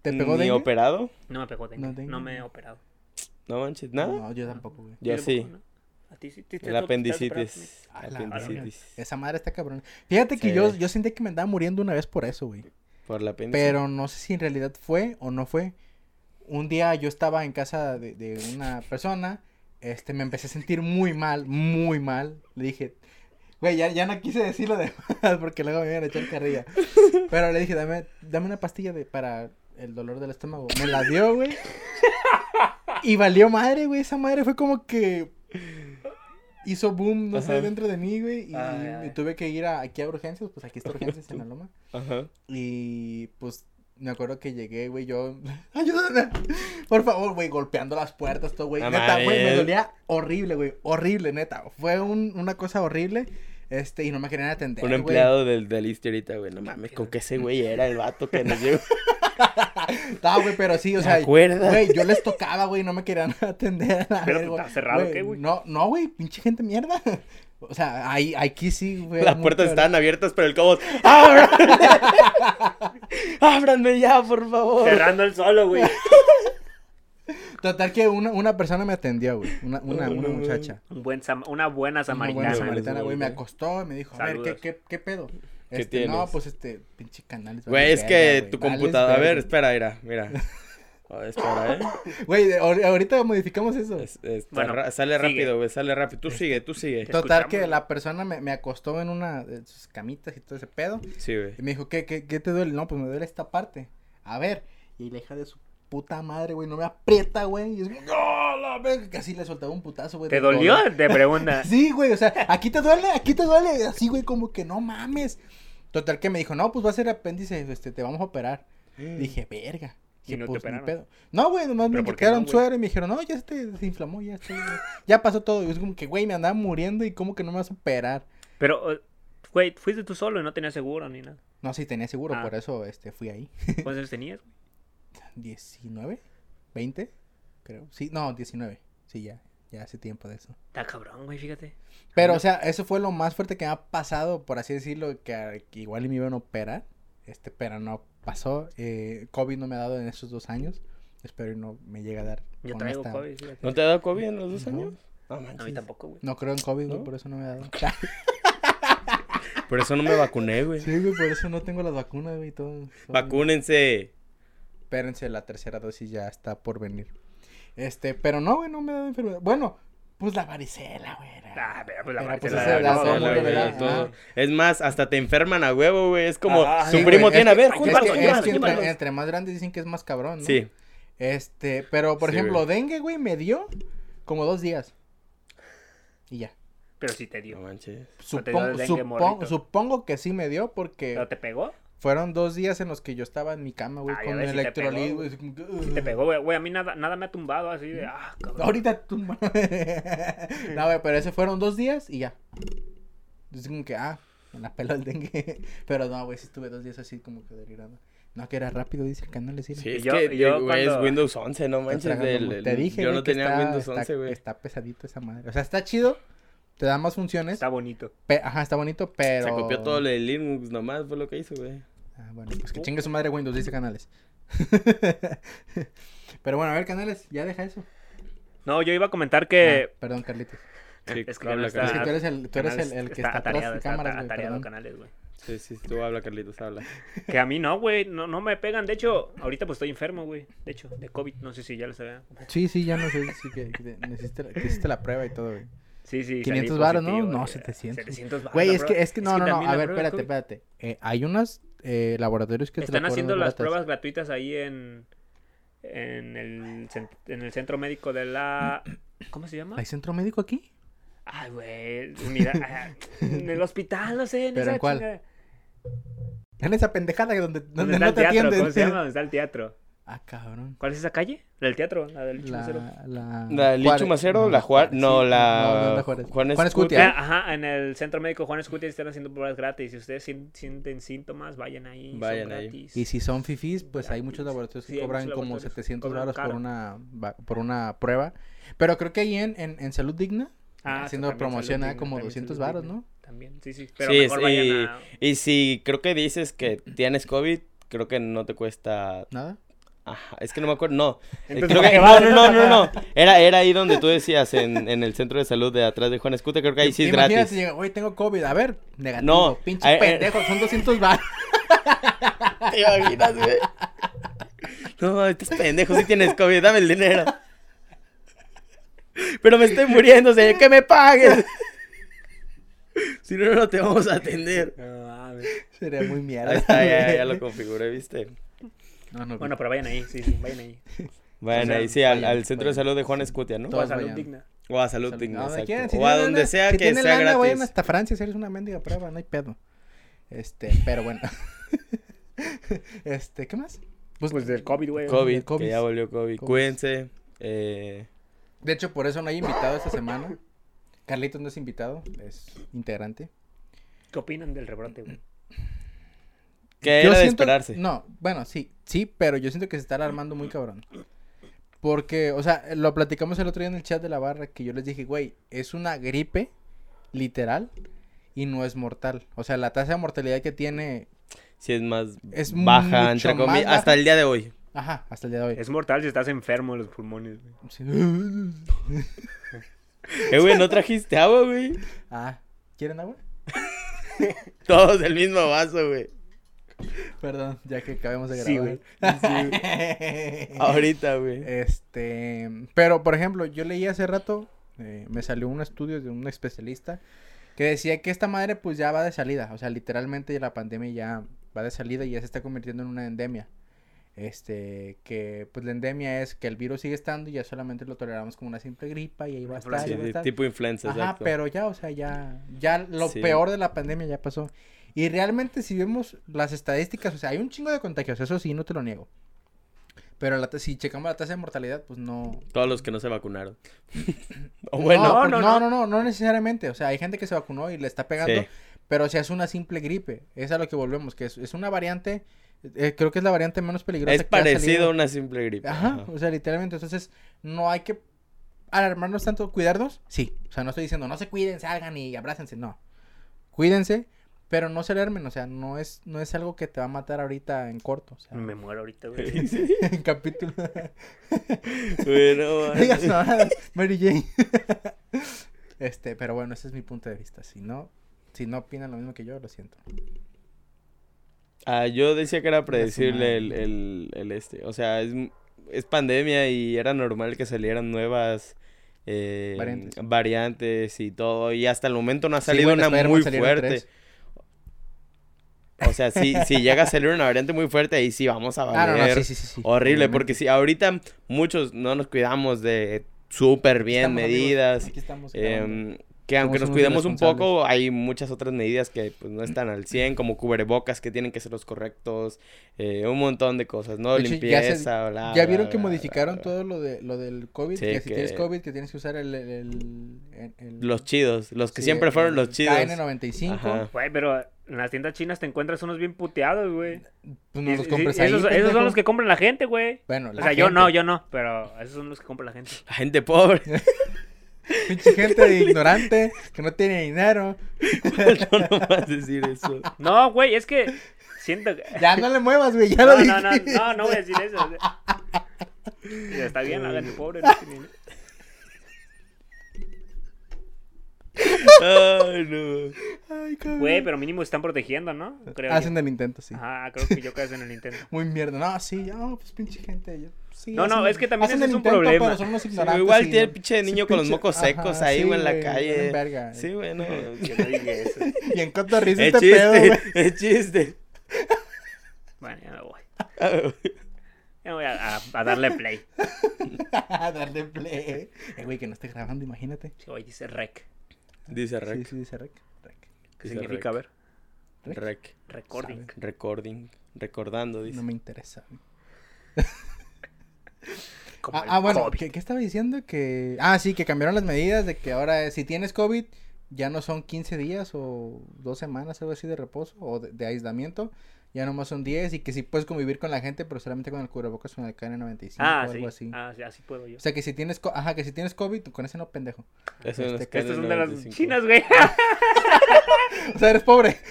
[SPEAKER 1] ¿Te pegó
[SPEAKER 2] ¿Ni
[SPEAKER 1] dengue?
[SPEAKER 2] operado?
[SPEAKER 4] No me pegó dengue.
[SPEAKER 1] No,
[SPEAKER 4] No,
[SPEAKER 1] dengue,
[SPEAKER 4] me he
[SPEAKER 1] no.
[SPEAKER 4] operado.
[SPEAKER 2] No manches, nada.
[SPEAKER 1] No, yo tampoco, güey.
[SPEAKER 2] Yo
[SPEAKER 4] ¿Y
[SPEAKER 2] sí.
[SPEAKER 4] tampoco, no? ¿A ti sí? ¿Te- te-
[SPEAKER 2] El
[SPEAKER 4] te- te- te- te-
[SPEAKER 2] apendicitis.
[SPEAKER 1] A Ah, la verga.
[SPEAKER 2] Apendicitis.
[SPEAKER 1] Esa madre está cabrón. Fíjate que
[SPEAKER 2] Ah, Sí.
[SPEAKER 1] yo, yo sentí que me andaba muriendo una vez por eso, güey.
[SPEAKER 2] Por la apendicitis.
[SPEAKER 1] Pero no sé si en realidad fue o no fue. Un día yo estaba en casa de, de una persona, este, me empecé a sentir muy mal, muy mal. Le dije, güey, ya, ya no quise decir lo demás porque luego me iban a echar carrilla. Pero le dije, dame, dame una pastilla de, para el dolor del estómago. Me la dio, güey. Y valió madre, güey. Esa madre fue como que hizo boom, no sé,
[SPEAKER 2] Ajá.
[SPEAKER 1] dentro de mí, güey. Y,
[SPEAKER 4] Ay, ay.
[SPEAKER 1] y tuve que ir a- aquí a urgencias, pues aquí está urgencias en la loma.
[SPEAKER 2] Ajá.
[SPEAKER 1] Y pues me acuerdo que llegué, güey, yo, ayúdame, por favor, güey, golpeando las puertas, todo, güey.
[SPEAKER 2] No
[SPEAKER 1] Neta, güey, me
[SPEAKER 2] mames.
[SPEAKER 1] dolía horrible, güey, horrible, neta. Fue un- una cosa horrible, este, y no me querían atender,
[SPEAKER 2] Un
[SPEAKER 1] güey.
[SPEAKER 2] empleado del, del East ahorita, güey, no mames, con que ese güey era el vato que nos llevó.
[SPEAKER 1] Ah, güey, pero sí, o
[SPEAKER 2] ¿Te
[SPEAKER 1] sea,
[SPEAKER 2] acuerdas?
[SPEAKER 1] güey, yo les tocaba, güey, no me querían atender. a la
[SPEAKER 4] Pero
[SPEAKER 1] verga,
[SPEAKER 4] tú estás cerrado, ¿qué, güey?
[SPEAKER 1] No, no, güey, pinche gente mierda. O sea, ahí, aquí sí, güey.
[SPEAKER 2] Las
[SPEAKER 1] muy
[SPEAKER 2] puertas
[SPEAKER 1] cabrón.
[SPEAKER 2] estaban abiertas, pero el cobot. ¡Ábranme! ¡Ábranme ya, por favor!
[SPEAKER 4] Cerrando el solo, güey.
[SPEAKER 1] Total que una, una persona me atendió, güey, una, una, una muchacha.
[SPEAKER 4] Un buen sam- una buena
[SPEAKER 1] Una buena
[SPEAKER 4] samaritana.
[SPEAKER 2] samaritana.
[SPEAKER 1] güey. Me acostó y me dijo, a ver, ¿qué,
[SPEAKER 4] Saludos.
[SPEAKER 1] qué, qué pedo?
[SPEAKER 2] ¿Qué
[SPEAKER 1] Este, No,
[SPEAKER 2] tienes?
[SPEAKER 1] pues este, pinche canal.
[SPEAKER 2] Güey, es que tu computadora. A ver, espera, mira, mira. A ver, espera, ¿eh?
[SPEAKER 1] Güey, de- ahor- ahorita modificamos eso.
[SPEAKER 2] Es- es-
[SPEAKER 4] Bueno,
[SPEAKER 2] ra- sale
[SPEAKER 4] sigue.
[SPEAKER 2] rápido, güey, sale rápido. Tú sigue, tú sigue.
[SPEAKER 4] Te
[SPEAKER 1] Total
[SPEAKER 4] escuchamos,
[SPEAKER 1] que
[SPEAKER 4] güey.
[SPEAKER 1] la persona me, me acostó en una de sus camitas y todo ese pedo.
[SPEAKER 2] Sí, güey.
[SPEAKER 1] Y me dijo, ¿qué, qué, qué te duele? No, pues me duele esta parte. A ver. Y la hija de su puta madre, güey, no me aprieta, güey. Y es como, ¡no, la verga! Casi le soltaba un putazo, güey.
[SPEAKER 4] ¿Te
[SPEAKER 1] de
[SPEAKER 4] dolió?
[SPEAKER 1] dolor.
[SPEAKER 4] Te pregunta.
[SPEAKER 1] Sí, güey, o sea, aquí te duele, aquí te duele. Así, güey, como que no mames. Total que me dijo, no, pues va a ser apéndice, este, te vamos a operar. Dije, verga.
[SPEAKER 4] Mm. ¿Y
[SPEAKER 1] Dije,
[SPEAKER 4] no te
[SPEAKER 1] pues, ni
[SPEAKER 4] operaron?
[SPEAKER 1] pedo. No, güey, nomás me
[SPEAKER 4] ¿Pero por qué
[SPEAKER 1] quedaron
[SPEAKER 4] no, güey?
[SPEAKER 1] suero y me dijeron, no, ya se te desinflamó, ya estoy, güey. ya pasó todo. Y es como que, güey, me andaba muriendo y como que no me vas a operar.
[SPEAKER 4] Pero, eh, güey, fuiste tú solo y no tenías seguro ni nada.
[SPEAKER 1] No, sí tenía seguro,
[SPEAKER 4] Ah.
[SPEAKER 1] por eso este fui ahí.
[SPEAKER 4] ¿Cuántos años tenías? güey?
[SPEAKER 1] 19, 20, creo. Sí, no, 19. Sí, ya, ya hace tiempo de eso.
[SPEAKER 4] Está cabrón, güey, fíjate.
[SPEAKER 1] Pero,
[SPEAKER 4] Ah.
[SPEAKER 1] o sea, eso fue lo más fuerte que me ha pasado, por así decirlo, que, a- que igual y me iban a operar, este, pero no pasó. Eh, COVID no me ha dado en esos dos años. Espero y no me llegue a dar.
[SPEAKER 4] Yo
[SPEAKER 1] con
[SPEAKER 4] traigo
[SPEAKER 1] esta-
[SPEAKER 4] COVID, fíjate.
[SPEAKER 2] ¿No te ha dado COVID en los dos
[SPEAKER 1] No.
[SPEAKER 2] años? No,
[SPEAKER 4] A mí
[SPEAKER 2] manches.
[SPEAKER 4] tampoco, güey.
[SPEAKER 1] No creo en COVID, güey,
[SPEAKER 2] ¿No?
[SPEAKER 1] por eso no me ha dado.
[SPEAKER 2] Por eso no me vacuné, güey.
[SPEAKER 1] Sí, güey, por eso no tengo las vacunas, güey, y todo. Soy-
[SPEAKER 2] Vacúnense.
[SPEAKER 1] Espérense, la tercera dosis ya está por venir. Este, pero no, güey, no me ha dado enfermedad. Bueno, pues la varicela, güey. era-
[SPEAKER 4] Ah, pero pues la
[SPEAKER 1] Pero,
[SPEAKER 4] parte
[SPEAKER 1] pues,
[SPEAKER 4] de la-
[SPEAKER 1] esa es la-
[SPEAKER 4] no,
[SPEAKER 1] todo
[SPEAKER 2] Vacúnense,
[SPEAKER 1] el mundo
[SPEAKER 2] la-
[SPEAKER 1] le da,
[SPEAKER 2] la- todo.
[SPEAKER 1] ajá.
[SPEAKER 2] Es más, hasta te enferman a huevo, güey. Es como,
[SPEAKER 4] Ah,
[SPEAKER 2] su
[SPEAKER 1] Sí,
[SPEAKER 2] primo
[SPEAKER 1] güey,
[SPEAKER 2] tiene,
[SPEAKER 1] es
[SPEAKER 2] a ver,
[SPEAKER 1] que- es
[SPEAKER 2] júntalos,
[SPEAKER 1] que- es
[SPEAKER 2] júntalos,
[SPEAKER 1] que
[SPEAKER 2] júntalos.
[SPEAKER 1] entre, entre más grandes dicen que es más cabrón, ¿no?
[SPEAKER 2] Sí.
[SPEAKER 1] Este, pero por
[SPEAKER 2] Sí,
[SPEAKER 1] ejemplo,
[SPEAKER 2] güey.
[SPEAKER 1] dengue, güey, me dio como dos días. Y ya.
[SPEAKER 4] Pero sí te
[SPEAKER 2] No
[SPEAKER 4] dio.
[SPEAKER 2] manches.
[SPEAKER 4] No te dio
[SPEAKER 1] Supongo,
[SPEAKER 4] el dengue,
[SPEAKER 1] supongo,
[SPEAKER 4] morrito.
[SPEAKER 1] supongo que sí me dio porque
[SPEAKER 4] ¿Pero te Ah, pegó?
[SPEAKER 1] Fueron dos días en los que yo estaba en mi cama, güey,
[SPEAKER 4] Ay, a
[SPEAKER 1] con
[SPEAKER 4] ver
[SPEAKER 1] el
[SPEAKER 4] si te pegó,
[SPEAKER 1] electrolit, güey.
[SPEAKER 4] güey.
[SPEAKER 1] así como que,
[SPEAKER 4] Sí te
[SPEAKER 1] "Ugh".
[SPEAKER 4] pegó, güey. Güey, a mí nada, nada me ha tumbado así de, ah, cabrón.
[SPEAKER 1] Ahorita tú. Mm. no, güey, pero ese fueron dos días y ya. Entonces, como que, ah, me la peló el dengue. Pero no, güey, sí estuve dos días así como que delirando. No, que era rápido, dice el canal, decir.
[SPEAKER 2] Sí,
[SPEAKER 4] Y
[SPEAKER 2] es
[SPEAKER 4] yo-
[SPEAKER 2] que,
[SPEAKER 4] y yo
[SPEAKER 2] güey, es
[SPEAKER 4] cuando-
[SPEAKER 2] Windows 11, no manches. del-
[SPEAKER 1] Te
[SPEAKER 2] del-
[SPEAKER 1] dije,
[SPEAKER 2] yo
[SPEAKER 1] güey,
[SPEAKER 2] no
[SPEAKER 1] que
[SPEAKER 2] tenía
[SPEAKER 1] está-
[SPEAKER 2] Windows
[SPEAKER 1] está-
[SPEAKER 2] 11, güey.
[SPEAKER 1] Está pesadito esa madre. O sea, está chido, te da más funciones.
[SPEAKER 4] Está bonito.
[SPEAKER 1] pe- Ajá, está bonito, pero.
[SPEAKER 2] Se copió todo el de Linux nomás, fue lo que hizo, güey.
[SPEAKER 1] Ah, bueno, pues que chingue su madre Windows, dice Canales. Pero bueno, a ver, Canales, ya deja eso.
[SPEAKER 4] No, yo iba a comentar que.
[SPEAKER 1] Ah, perdón, Carlitos.
[SPEAKER 2] Sí,
[SPEAKER 4] Es que
[SPEAKER 2] habla,
[SPEAKER 4] no está-
[SPEAKER 1] Es que
[SPEAKER 2] Carlitos.
[SPEAKER 1] tú eres el, tú eres el, el que está, atrás
[SPEAKER 4] atareado,
[SPEAKER 1] de
[SPEAKER 4] ah, está
[SPEAKER 1] cámaras,
[SPEAKER 4] ata-
[SPEAKER 1] güey,
[SPEAKER 4] atareado
[SPEAKER 1] perdón.
[SPEAKER 4] canales, güey.
[SPEAKER 2] Sí, sí, tú habla, Carlitos, habla.
[SPEAKER 4] Que a mí no, güey. No, no me pegan. De hecho, ahorita pues estoy enfermo, güey. De hecho, de COVID. No sé si ya lo sabía.
[SPEAKER 1] Sí, sí, ya no sé si que, que te- necesitaste la- que hiciste la prueba y todo, güey.
[SPEAKER 4] Sí, sí.
[SPEAKER 1] 500
[SPEAKER 4] baros,
[SPEAKER 1] varos, ¿no? No, 700.
[SPEAKER 4] 700 varos,
[SPEAKER 1] Güey,
[SPEAKER 4] Ah, la
[SPEAKER 1] es que,
[SPEAKER 4] prueba.
[SPEAKER 1] es que no, no, no,
[SPEAKER 4] también
[SPEAKER 1] a
[SPEAKER 4] la
[SPEAKER 1] ver,
[SPEAKER 4] prueba de
[SPEAKER 1] espérate,
[SPEAKER 4] COVID.
[SPEAKER 1] espérate. Eh, hay unos eh, laboratorios que te
[SPEAKER 4] Están
[SPEAKER 1] la cobran
[SPEAKER 4] haciendo
[SPEAKER 1] más
[SPEAKER 4] las
[SPEAKER 1] baratas.
[SPEAKER 4] pruebas gratuitas ahí en. En el, cen- en el centro médico de la. ¿Cómo se llama?
[SPEAKER 1] ¿Hay centro médico aquí?
[SPEAKER 4] Ay, güey. Mira. ah, en el hospital, no sé. En
[SPEAKER 1] ¿Pero
[SPEAKER 4] esa
[SPEAKER 1] en cuál?
[SPEAKER 4] chingada.
[SPEAKER 1] En esa pendejada que donde,
[SPEAKER 4] ¿Dónde
[SPEAKER 1] donde
[SPEAKER 4] está
[SPEAKER 1] no
[SPEAKER 4] el
[SPEAKER 1] te
[SPEAKER 4] teatro?
[SPEAKER 1] atienden.
[SPEAKER 4] ¿Cómo se llama? ¿Dónde está el teatro?
[SPEAKER 1] Ah, cabrón.
[SPEAKER 4] ¿Cuál es esa calle? La del teatro, la del Licho
[SPEAKER 1] La,
[SPEAKER 4] Macero.
[SPEAKER 1] la...
[SPEAKER 2] ¿La Licho
[SPEAKER 1] Juárez.
[SPEAKER 2] Macero? ¿La Juárez?
[SPEAKER 1] sí,
[SPEAKER 2] No, la-
[SPEAKER 1] no, no, la Juárez.
[SPEAKER 2] Juan
[SPEAKER 1] Juan
[SPEAKER 2] Escutia.
[SPEAKER 1] Escutia.
[SPEAKER 4] Ah, ajá, en el Centro Médico Juan Escutia están haciendo pruebas gratis. Si ustedes sien- sienten síntomas, vayan ahí. son
[SPEAKER 2] Vayan ahí.
[SPEAKER 4] gratis.
[SPEAKER 1] Y si son fifis, pues hay muchos
[SPEAKER 4] Gratis.
[SPEAKER 1] laboratorios que
[SPEAKER 4] Sí, hay
[SPEAKER 1] cobran
[SPEAKER 4] muchos
[SPEAKER 1] como
[SPEAKER 4] laboratorios que
[SPEAKER 1] 700
[SPEAKER 4] cobran
[SPEAKER 1] dólares por
[SPEAKER 4] caro.
[SPEAKER 1] una, va- por una prueba. Pero creo que ahí en, en, en Salud Digna,
[SPEAKER 4] Ah,
[SPEAKER 1] haciendo
[SPEAKER 4] también salud
[SPEAKER 1] promoción, ah,
[SPEAKER 4] digna,
[SPEAKER 1] como
[SPEAKER 4] también
[SPEAKER 1] 200
[SPEAKER 4] salud
[SPEAKER 1] varos,
[SPEAKER 4] digna.
[SPEAKER 1] ¿no?
[SPEAKER 4] También, sí, sí. Pero
[SPEAKER 2] sí,
[SPEAKER 4] mejor
[SPEAKER 2] es-
[SPEAKER 4] vayan
[SPEAKER 2] y,
[SPEAKER 4] a...
[SPEAKER 2] y si creo que dices que tienes COVID, creo que no te cuesta...
[SPEAKER 1] ¿Nada?
[SPEAKER 2] Ajá, es que no me acuerdo, no. Eh,
[SPEAKER 4] Entonces,
[SPEAKER 2] creo
[SPEAKER 4] ¿para
[SPEAKER 2] que-
[SPEAKER 4] qué
[SPEAKER 2] no, no,
[SPEAKER 4] vas?
[SPEAKER 2] no, no, no. Era, era ahí donde tú decías, en, en el centro de salud de atrás de Juan Escutia, creo que ahí sí es
[SPEAKER 1] Imagínate,
[SPEAKER 2] gratis.
[SPEAKER 1] llega, oye, tengo COVID. A ver, negativo.
[SPEAKER 2] No,
[SPEAKER 1] pinche
[SPEAKER 2] eh, eh.
[SPEAKER 1] pendejo, son 200 baros.
[SPEAKER 2] ¿Te imaginas, güey? No, estos pendejos sí tienes COVID, dame el dinero. Pero me estoy muriendo, señor, que me pagues. Si no, no te vamos a atender.
[SPEAKER 1] Sería muy mierda.
[SPEAKER 2] Ahí está, ya,
[SPEAKER 1] güey.
[SPEAKER 2] ya lo configuré, ¿viste?
[SPEAKER 1] No, no,
[SPEAKER 4] Bueno, pero vayan ahí, sí, sí, vayan ahí.
[SPEAKER 2] Bueno,
[SPEAKER 1] O sea,
[SPEAKER 2] ahí sí, al,
[SPEAKER 1] vayan,
[SPEAKER 2] al centro de
[SPEAKER 1] vayan.
[SPEAKER 2] salud de Juan Escutia, ¿no?
[SPEAKER 1] Todo. Todos
[SPEAKER 4] Toda salud
[SPEAKER 1] vayan.
[SPEAKER 4] digna.
[SPEAKER 2] O a Salud
[SPEAKER 1] Sal-
[SPEAKER 2] Digna,
[SPEAKER 1] no, donde
[SPEAKER 2] exacto.
[SPEAKER 1] quieran, si
[SPEAKER 2] o a
[SPEAKER 1] tienen
[SPEAKER 2] donde
[SPEAKER 1] lana-
[SPEAKER 2] sea
[SPEAKER 1] si
[SPEAKER 2] que
[SPEAKER 1] tienen
[SPEAKER 2] sea
[SPEAKER 1] lana, vayan
[SPEAKER 2] gratis.
[SPEAKER 1] hasta Francia si eres una mendiga prueba, no hay pedo. Este, pero bueno. este, ¿qué más? Pues,
[SPEAKER 4] Pues del COVID, güey.
[SPEAKER 1] Co-
[SPEAKER 2] COVID,
[SPEAKER 1] COVID.
[SPEAKER 2] que ya volvió COVID.
[SPEAKER 1] COVID.
[SPEAKER 2] Cuídense. Eh,
[SPEAKER 1] De hecho, por eso no hay invitado esta semana. Carlitos no es invitado, es integrante.
[SPEAKER 4] ¿Qué opinan del rebrote, güey?
[SPEAKER 2] que
[SPEAKER 1] Yo
[SPEAKER 2] era de
[SPEAKER 1] siento-
[SPEAKER 2] esperarse.
[SPEAKER 1] No, bueno, sí, sí, pero yo siento que se está alarmando muy cabrón. Porque, o sea, lo platicamos el otro día en el chat de la barra que yo les dije, güey, es una gripe, literal, y no es mortal. O sea, la tasa de mortalidad que tiene,
[SPEAKER 2] Si es más
[SPEAKER 1] Es
[SPEAKER 2] baja,
[SPEAKER 1] mucho
[SPEAKER 2] entre comillas.
[SPEAKER 1] más baja.
[SPEAKER 2] Hasta el día de hoy.
[SPEAKER 1] ajá, hasta el día de hoy.
[SPEAKER 4] Es mortal si estás enfermo de los pulmones, güey.
[SPEAKER 1] Sí.
[SPEAKER 2] Eh, güey, ¿no trajiste agua, güey?
[SPEAKER 1] Ah, ¿quieren agua?
[SPEAKER 2] Todos del mismo vaso, güey.
[SPEAKER 1] Perdón, ya que acabamos de
[SPEAKER 4] Sí,
[SPEAKER 1] grabar.
[SPEAKER 4] güey.
[SPEAKER 2] Ahorita, güey.
[SPEAKER 1] Este, pero por ejemplo, yo leí hace rato, eh, me salió un estudio de un especialista que decía que esta madre pues ya va de salida, o sea, literalmente la pandemia ya va de salida y ya se está convirtiendo en una endemia. Este, que pues la endemia es que el virus sigue estando y ya solamente lo toleramos como una simple gripa y ahí va a estar. y
[SPEAKER 4] Influenza.
[SPEAKER 2] Sí,
[SPEAKER 1] va a estar.
[SPEAKER 2] tipo influenza,
[SPEAKER 1] Ajá,
[SPEAKER 2] exacto.
[SPEAKER 1] pero ya, o sea, ya, ya lo
[SPEAKER 2] Sí.
[SPEAKER 1] peor de la pandemia ya pasó. Y realmente si vemos las estadísticas, o sea, hay un chingo de contagios, eso sí, no te lo niego. Pero la ta- si checamos la tasa de mortalidad, pues no.
[SPEAKER 2] Todos los que no se vacunaron. o
[SPEAKER 1] no,
[SPEAKER 2] Oh, bueno,
[SPEAKER 1] pues, no,
[SPEAKER 4] no, no.
[SPEAKER 1] no, no, no necesariamente. O sea, hay gente que se vacunó y le está pegando,
[SPEAKER 2] Sí.
[SPEAKER 1] pero o sea, es una simple gripe. Es a lo que volvemos, que es, es una variante, eh, creo que es la variante menos peligrosa.
[SPEAKER 2] es
[SPEAKER 1] que ha salido.
[SPEAKER 2] parecido a una simple gripe.
[SPEAKER 1] Ajá,
[SPEAKER 2] ajá.
[SPEAKER 1] o sea, literalmente. Entonces, no hay que alarmarnos tanto. ¿Cuidarnos? Sí. O sea, no estoy diciendo, no se cuiden, salgan y abrácense. No. Cuídense, pero no se alarmen. O sea, no es, no es algo que te va a matar ahorita en corto. O sea,
[SPEAKER 4] Me muero ahorita, güey.
[SPEAKER 1] en capítulo.
[SPEAKER 2] Bueno,
[SPEAKER 1] No digas nada, Mary Jane. este, pero bueno, ese es mi punto de vista. Si no, si no opinan lo mismo que yo, lo siento.
[SPEAKER 2] Ah, yo decía que era
[SPEAKER 1] su madre.
[SPEAKER 2] predecible el, el- el este. O sea, es, es pandemia y era normal que salieran nuevas eh,
[SPEAKER 1] Variantes.
[SPEAKER 2] variantes y todo. Y hasta el momento no ha
[SPEAKER 1] Sí,
[SPEAKER 2] salido
[SPEAKER 1] güey, en
[SPEAKER 2] una
[SPEAKER 1] Spider-Man
[SPEAKER 2] muy
[SPEAKER 1] salieron
[SPEAKER 2] fuerte.
[SPEAKER 1] tres.
[SPEAKER 2] O sea, si, si llega a salir una variante muy fuerte, ahí sí vamos a valer.
[SPEAKER 1] Ah, no, no, sí, sí, sí. sí,
[SPEAKER 2] Horrible,
[SPEAKER 1] obviamente.
[SPEAKER 2] porque si ahorita muchos no nos cuidamos de súper bien
[SPEAKER 1] Estamos, amigos,
[SPEAKER 2] medidas.
[SPEAKER 1] Aquí estamos.
[SPEAKER 2] em,
[SPEAKER 1] grabando.
[SPEAKER 2] Que aunque
[SPEAKER 1] somos
[SPEAKER 2] nos
[SPEAKER 1] unos
[SPEAKER 2] cuidemos un
[SPEAKER 1] irresponsables.
[SPEAKER 2] poco, hay muchas otras medidas que pues, no están al 100, como cubrebocas que tienen que ser los correctos, eh, un montón de cosas, ¿no?
[SPEAKER 1] De hecho, ya se-
[SPEAKER 2] Limpieza, bla,
[SPEAKER 1] ya
[SPEAKER 2] bla,
[SPEAKER 1] vieron que
[SPEAKER 2] bla, bla,
[SPEAKER 1] modificaron
[SPEAKER 2] bla.
[SPEAKER 1] todo lo, de, lo del COVID.
[SPEAKER 2] Sí,
[SPEAKER 1] que si tienes
[SPEAKER 2] que-
[SPEAKER 1] COVID, que tienes que usar el. el, el- el-
[SPEAKER 2] Los chidos, los que
[SPEAKER 1] sí,
[SPEAKER 2] siempre fueron
[SPEAKER 1] el
[SPEAKER 2] los chidos.
[SPEAKER 1] KN95.
[SPEAKER 2] Ajá.
[SPEAKER 4] Güey, pero en las tiendas chinas te encuentras unos bien puteados, güey.
[SPEAKER 1] Pues
[SPEAKER 4] Y-
[SPEAKER 1] no los
[SPEAKER 4] y-
[SPEAKER 1] compres
[SPEAKER 4] y
[SPEAKER 1] ahí.
[SPEAKER 4] esos, esos
[SPEAKER 1] pendejo.
[SPEAKER 4] son los que compran la gente, güey.
[SPEAKER 1] Bueno,
[SPEAKER 4] O
[SPEAKER 1] la
[SPEAKER 4] sea, yo
[SPEAKER 1] gente.
[SPEAKER 4] no, yo no, pero esos son los que compra la gente.
[SPEAKER 2] La gente pobre.
[SPEAKER 1] Pinche gente de ignorante que no tiene dinero.
[SPEAKER 2] no nomás decir eso.
[SPEAKER 4] No, güey, es que siento que...
[SPEAKER 1] Ya no le muevas, güey. Ya
[SPEAKER 4] No,
[SPEAKER 1] lo
[SPEAKER 4] no, no,
[SPEAKER 1] dijiste.
[SPEAKER 4] no, no voy a decir eso. o sea. Ya Está bien, háganse pobre. no tiene dinero.
[SPEAKER 2] Ay, no.
[SPEAKER 1] Ay, cabrón.
[SPEAKER 4] Güey, pero mínimo están protegiendo, ¿no? Creo
[SPEAKER 1] Hacen
[SPEAKER 4] que...
[SPEAKER 1] el intento, sí.
[SPEAKER 4] Ajá, creo que yo caes en el intento.
[SPEAKER 1] Muy mierda. No, sí, ya, no, pues pinche gente. ya, sí,
[SPEAKER 4] No, no,
[SPEAKER 1] hacen-
[SPEAKER 4] es que también
[SPEAKER 1] hacen
[SPEAKER 4] ese
[SPEAKER 1] el
[SPEAKER 4] es un
[SPEAKER 1] intento,
[SPEAKER 4] problema.
[SPEAKER 1] Pero son unos ignorantes.
[SPEAKER 2] igual
[SPEAKER 1] sí,
[SPEAKER 2] tiene el
[SPEAKER 1] ¿no?
[SPEAKER 2] pinche
[SPEAKER 1] Sí,
[SPEAKER 2] niño con los
[SPEAKER 1] pinche-
[SPEAKER 2] mocos secos
[SPEAKER 1] ajá,
[SPEAKER 2] ahí,
[SPEAKER 1] sí,
[SPEAKER 2] güey, en la
[SPEAKER 1] valen
[SPEAKER 2] calle.
[SPEAKER 1] verga.
[SPEAKER 2] Sí, güey, no.
[SPEAKER 4] Que no diga eso.
[SPEAKER 1] Y en cuanto ríes
[SPEAKER 2] Es
[SPEAKER 1] este pedo, güey.
[SPEAKER 2] chiste, es chiste.
[SPEAKER 4] Bueno, ya me voy. Ya voy a, a- a darle play.
[SPEAKER 1] Darle play. Eh, güey, que no esté grabando, imagínate.
[SPEAKER 4] Sí, Hoy dice rec.
[SPEAKER 2] Dice rec.
[SPEAKER 1] Sí, sí, dice rec. rec.
[SPEAKER 4] ¿Qué
[SPEAKER 2] Dice
[SPEAKER 4] significa? A
[SPEAKER 2] rec.
[SPEAKER 4] ver.
[SPEAKER 1] ver?
[SPEAKER 2] Rec.
[SPEAKER 4] Recording.
[SPEAKER 1] Sabe.
[SPEAKER 2] Recording. Recordando, dice.
[SPEAKER 1] No me interesa.
[SPEAKER 4] Como
[SPEAKER 1] Ah,
[SPEAKER 4] el
[SPEAKER 1] ah, bueno,
[SPEAKER 4] COVID.
[SPEAKER 1] ¿qué, qué estaba diciendo? Que. Ah, sí, que cambiaron las medidas de que ahora eh, si tienes COVID ya no son 15 días o dos semanas, algo así de reposo o de, de aislamiento. Ya nomás son 10 y que sí puedes convivir con la gente, pero solamente con el cubrebocas con el KN95
[SPEAKER 4] Ah,
[SPEAKER 1] o
[SPEAKER 4] sí.
[SPEAKER 1] algo así.
[SPEAKER 4] Ah, sí, así puedo yo.
[SPEAKER 1] O sea, que si tienes, co- ajá, que si tienes COVID, con ese no pendejo.
[SPEAKER 2] Eso nos
[SPEAKER 1] Este,
[SPEAKER 2] queda
[SPEAKER 4] Estas
[SPEAKER 2] en
[SPEAKER 4] son de las
[SPEAKER 2] 95.
[SPEAKER 4] chinas, güey.
[SPEAKER 1] O sea, eres pobre.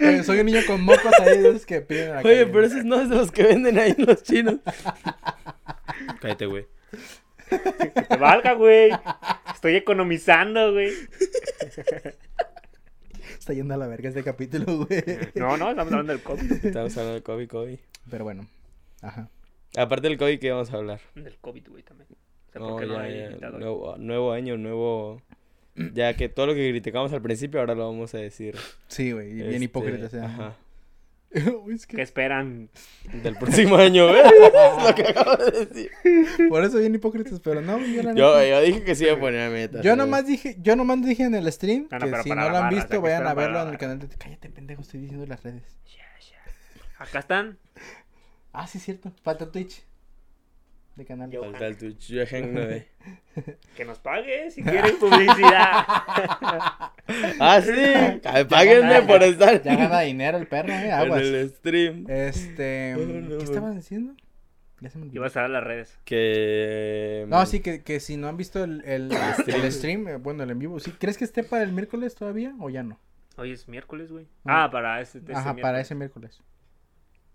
[SPEAKER 1] Eh, Soy un niño con mocos ahí de esos que piden en la
[SPEAKER 2] Oye,
[SPEAKER 1] calle,
[SPEAKER 2] pero
[SPEAKER 1] ¿no?
[SPEAKER 2] esos no es de los que venden ahí en los chinos. Cállate, güey.
[SPEAKER 4] Que te valga, güey. Estoy economizando, güey.
[SPEAKER 1] Está yendo a la verga este capítulo, güey.
[SPEAKER 4] Eh, No, no, estamos hablando del COVID.
[SPEAKER 2] Estamos hablando del COVID, COVID.
[SPEAKER 1] Pero bueno. Ajá.
[SPEAKER 2] Aparte del COVID, ¿qué vamos a hablar?
[SPEAKER 4] Del COVID, güey, también. O sea,
[SPEAKER 2] No,
[SPEAKER 4] ¿por qué no
[SPEAKER 2] ya,
[SPEAKER 4] hay
[SPEAKER 2] ya,
[SPEAKER 4] invitado?
[SPEAKER 2] Nuevo, nuevo año, nuevo... Ya que todo lo que criticamos al principio ahora lo vamos a decir.
[SPEAKER 1] Sí, güey. y Bien
[SPEAKER 2] este,
[SPEAKER 1] hipócrita, o
[SPEAKER 4] ¿eh?
[SPEAKER 1] sea.
[SPEAKER 2] Ajá.
[SPEAKER 1] Uy, es que-
[SPEAKER 4] ¿Qué esperan?
[SPEAKER 2] Del próximo año, ¿eh? Es lo que acabo de decir.
[SPEAKER 1] Por eso bien hipócritas, pero no, yo la
[SPEAKER 2] Yo, eh,
[SPEAKER 1] neta-
[SPEAKER 2] yo dije que sí iba a poner metas.
[SPEAKER 1] yo
[SPEAKER 2] güey.
[SPEAKER 1] nomás dije, yo nomás dije en el stream
[SPEAKER 4] No, no,
[SPEAKER 1] que
[SPEAKER 4] pero
[SPEAKER 1] si no
[SPEAKER 4] para
[SPEAKER 1] lo
[SPEAKER 4] la
[SPEAKER 1] han
[SPEAKER 4] barra, o
[SPEAKER 1] visto,
[SPEAKER 4] sea, que
[SPEAKER 1] vayan
[SPEAKER 4] espera
[SPEAKER 1] a
[SPEAKER 4] para
[SPEAKER 1] verlo
[SPEAKER 4] la
[SPEAKER 1] en el
[SPEAKER 4] barra.
[SPEAKER 1] canal de Cállate, pendejo, estoy diciendo las redes.
[SPEAKER 4] Ya, ya. Acá están.
[SPEAKER 1] Ah, sí es cierto. Falta Twitch. De canal.
[SPEAKER 4] Yo-
[SPEAKER 2] Falta el Twitch, yo dejé en nueve.
[SPEAKER 4] Que nos pague si quieren publicidad.
[SPEAKER 2] ¡Ah, sí! Ah, Páguenme por estar
[SPEAKER 1] Ya gana dinero el perro, eh,
[SPEAKER 2] en
[SPEAKER 1] aguas.
[SPEAKER 2] el stream.
[SPEAKER 1] Este,
[SPEAKER 2] Oh, no,
[SPEAKER 1] ¿qué
[SPEAKER 2] man.
[SPEAKER 1] estaban diciendo? Ya se me olvidó.
[SPEAKER 4] Ibas a dar las redes.
[SPEAKER 2] Que...
[SPEAKER 1] No, sí, que, que si no han visto el, el, el stream, eh, bueno, el en vivo, ¿sí? ¿crees que esté para el miércoles todavía o ya no?
[SPEAKER 4] Hoy es miércoles, güey.
[SPEAKER 1] Ah.
[SPEAKER 4] Ah, para este, este
[SPEAKER 1] Ajá, para
[SPEAKER 4] miércoles.
[SPEAKER 1] ese miércoles.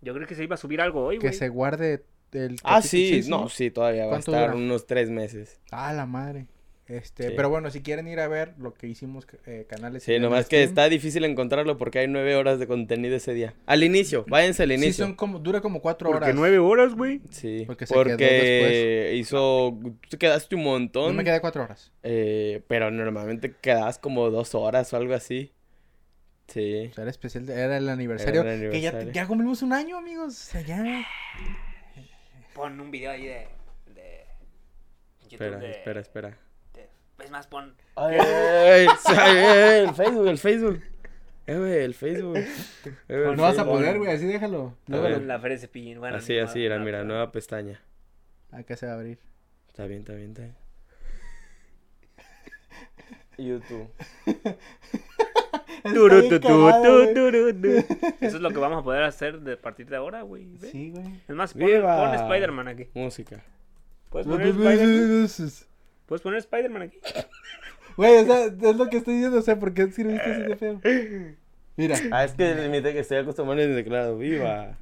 [SPEAKER 4] Yo creo que se iba a subir algo hoy,
[SPEAKER 1] Que
[SPEAKER 4] güey.
[SPEAKER 1] se guarde el...
[SPEAKER 2] Ah,
[SPEAKER 1] capítulo-
[SPEAKER 2] sí, no, sí, todavía va a
[SPEAKER 1] ¿Cuánto
[SPEAKER 2] estar
[SPEAKER 1] dura?
[SPEAKER 2] unos tres meses.
[SPEAKER 1] Ah, la madre. Este,
[SPEAKER 2] Sí.
[SPEAKER 1] pero bueno, si quieren ir a ver lo que hicimos eh, canales.
[SPEAKER 2] Sí,
[SPEAKER 1] en
[SPEAKER 2] nomás que
[SPEAKER 1] stream,
[SPEAKER 2] está difícil encontrarlo porque hay nueve horas de contenido ese día. Al inicio, váyanse al
[SPEAKER 1] Sí,
[SPEAKER 2] inicio.
[SPEAKER 1] son como, dura como cuatro
[SPEAKER 4] Porque
[SPEAKER 1] horas.
[SPEAKER 4] nueve horas, güey.
[SPEAKER 2] Sí,
[SPEAKER 1] Porque se
[SPEAKER 2] porque,
[SPEAKER 1] quedó
[SPEAKER 2] hizo... Tú quedaste un
[SPEAKER 1] Yo
[SPEAKER 2] montón,
[SPEAKER 1] me quedé cuatro horas.
[SPEAKER 2] eh, pero normalmente quedabas como dos horas o algo así. Sí.
[SPEAKER 1] O sea, era especial, de- era el aniversario.
[SPEAKER 2] Era el
[SPEAKER 1] Que ya,
[SPEAKER 2] aniversario.
[SPEAKER 1] ya cumplimos un año, amigos. O sea, ya.
[SPEAKER 4] Pon un video ahí de. de YouTube
[SPEAKER 2] Espera,
[SPEAKER 4] de-
[SPEAKER 2] espera, espera.
[SPEAKER 4] de- es más, pon.
[SPEAKER 2] Ay, ay, ay, ay, el Facebook, el Facebook. Eh, güey, el Facebook. Eh, güey, el
[SPEAKER 1] No vas a
[SPEAKER 2] Facebook.
[SPEAKER 1] poder, güey, así déjalo.
[SPEAKER 2] A
[SPEAKER 1] Luego
[SPEAKER 2] ver.
[SPEAKER 1] lo-
[SPEAKER 4] La Feria de Cepillín. Bueno,
[SPEAKER 2] Así,
[SPEAKER 4] ni
[SPEAKER 2] así,
[SPEAKER 4] modo,
[SPEAKER 2] era,
[SPEAKER 4] no,
[SPEAKER 2] mira,
[SPEAKER 4] pero-
[SPEAKER 2] nueva pestaña.
[SPEAKER 1] Acá se va a abrir.
[SPEAKER 2] Está bien, está bien, está bien. YouTube.
[SPEAKER 4] Turu,
[SPEAKER 1] Está bien
[SPEAKER 4] tu,
[SPEAKER 1] cagado,
[SPEAKER 4] tu,
[SPEAKER 1] güey.
[SPEAKER 4] turu, tu. Eso es lo que vamos a poder hacer de a partir de ahora, güey. ¿ve?
[SPEAKER 1] Sí, güey.
[SPEAKER 4] Es más, pon,
[SPEAKER 2] Viva.
[SPEAKER 4] pon Spider-Man aquí.
[SPEAKER 2] Música.
[SPEAKER 4] ¿Puedes poner Spider-Man?
[SPEAKER 1] Güey,
[SPEAKER 4] ¿Puedes poner Spider-Man aquí?
[SPEAKER 1] o sea, es lo que estoy diciendo, o sea, ¿por qué sirviste así de feo? Mira,
[SPEAKER 2] Ah, es que el límite que estoy acostumbrado es teclado. Viva.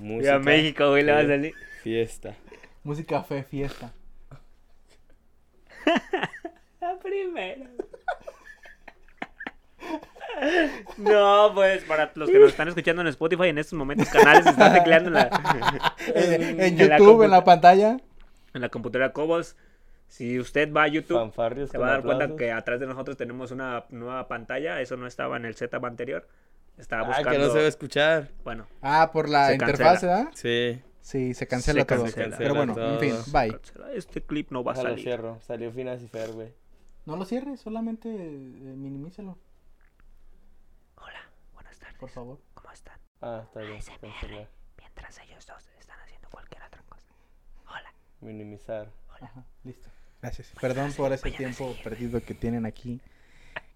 [SPEAKER 2] Música.
[SPEAKER 4] Viva México, güey, le va a salir.
[SPEAKER 2] Fiesta.
[SPEAKER 1] música fe, fiesta.
[SPEAKER 4] La primera. No, pues para los que nos están escuchando en Spotify en estos momentos canales se está tecleando en la,
[SPEAKER 1] Eh, en
[SPEAKER 4] en la
[SPEAKER 1] YouTube, en la
[SPEAKER 4] compu-
[SPEAKER 1] pantalla.
[SPEAKER 4] en la computadora Cobos. Si usted va a YouTube,
[SPEAKER 2] Fanfarrios
[SPEAKER 4] se
[SPEAKER 2] con
[SPEAKER 4] va a dar cuenta
[SPEAKER 2] aplausos.
[SPEAKER 4] que atrás de nosotros tenemos una nueva pantalla. Eso no estaba en el setup anterior. Estaba
[SPEAKER 2] Ah,
[SPEAKER 4] buscando.
[SPEAKER 2] que no se va a escuchar.
[SPEAKER 4] Bueno,
[SPEAKER 1] Ah, por la
[SPEAKER 4] Se
[SPEAKER 1] interfaz,
[SPEAKER 4] cancela.
[SPEAKER 1] ¿verdad?
[SPEAKER 2] Sí.
[SPEAKER 1] Sí, se cancela
[SPEAKER 4] Se
[SPEAKER 1] todo.
[SPEAKER 4] cancela
[SPEAKER 1] Pero bueno,
[SPEAKER 2] todo.
[SPEAKER 1] en fin, bye.
[SPEAKER 4] cancela, este clip no va a
[SPEAKER 2] Ojalá
[SPEAKER 4] salir.
[SPEAKER 2] fierro. Salió Finas y Fer, güey.
[SPEAKER 1] No lo cierres, solamente eh, minimízalo,
[SPEAKER 5] Hola, buenas tardes.
[SPEAKER 1] por favor.
[SPEAKER 5] ¿Cómo están?
[SPEAKER 2] Ah, está bien. está bien,
[SPEAKER 5] ASMR.
[SPEAKER 2] está bien.
[SPEAKER 5] Mientras ellos dos están haciendo cualquier otra cosa. Hola.
[SPEAKER 2] Minimizar.
[SPEAKER 1] Ajá, listo. Gracias. Perdón por ese tiempo perdido que tienen aquí.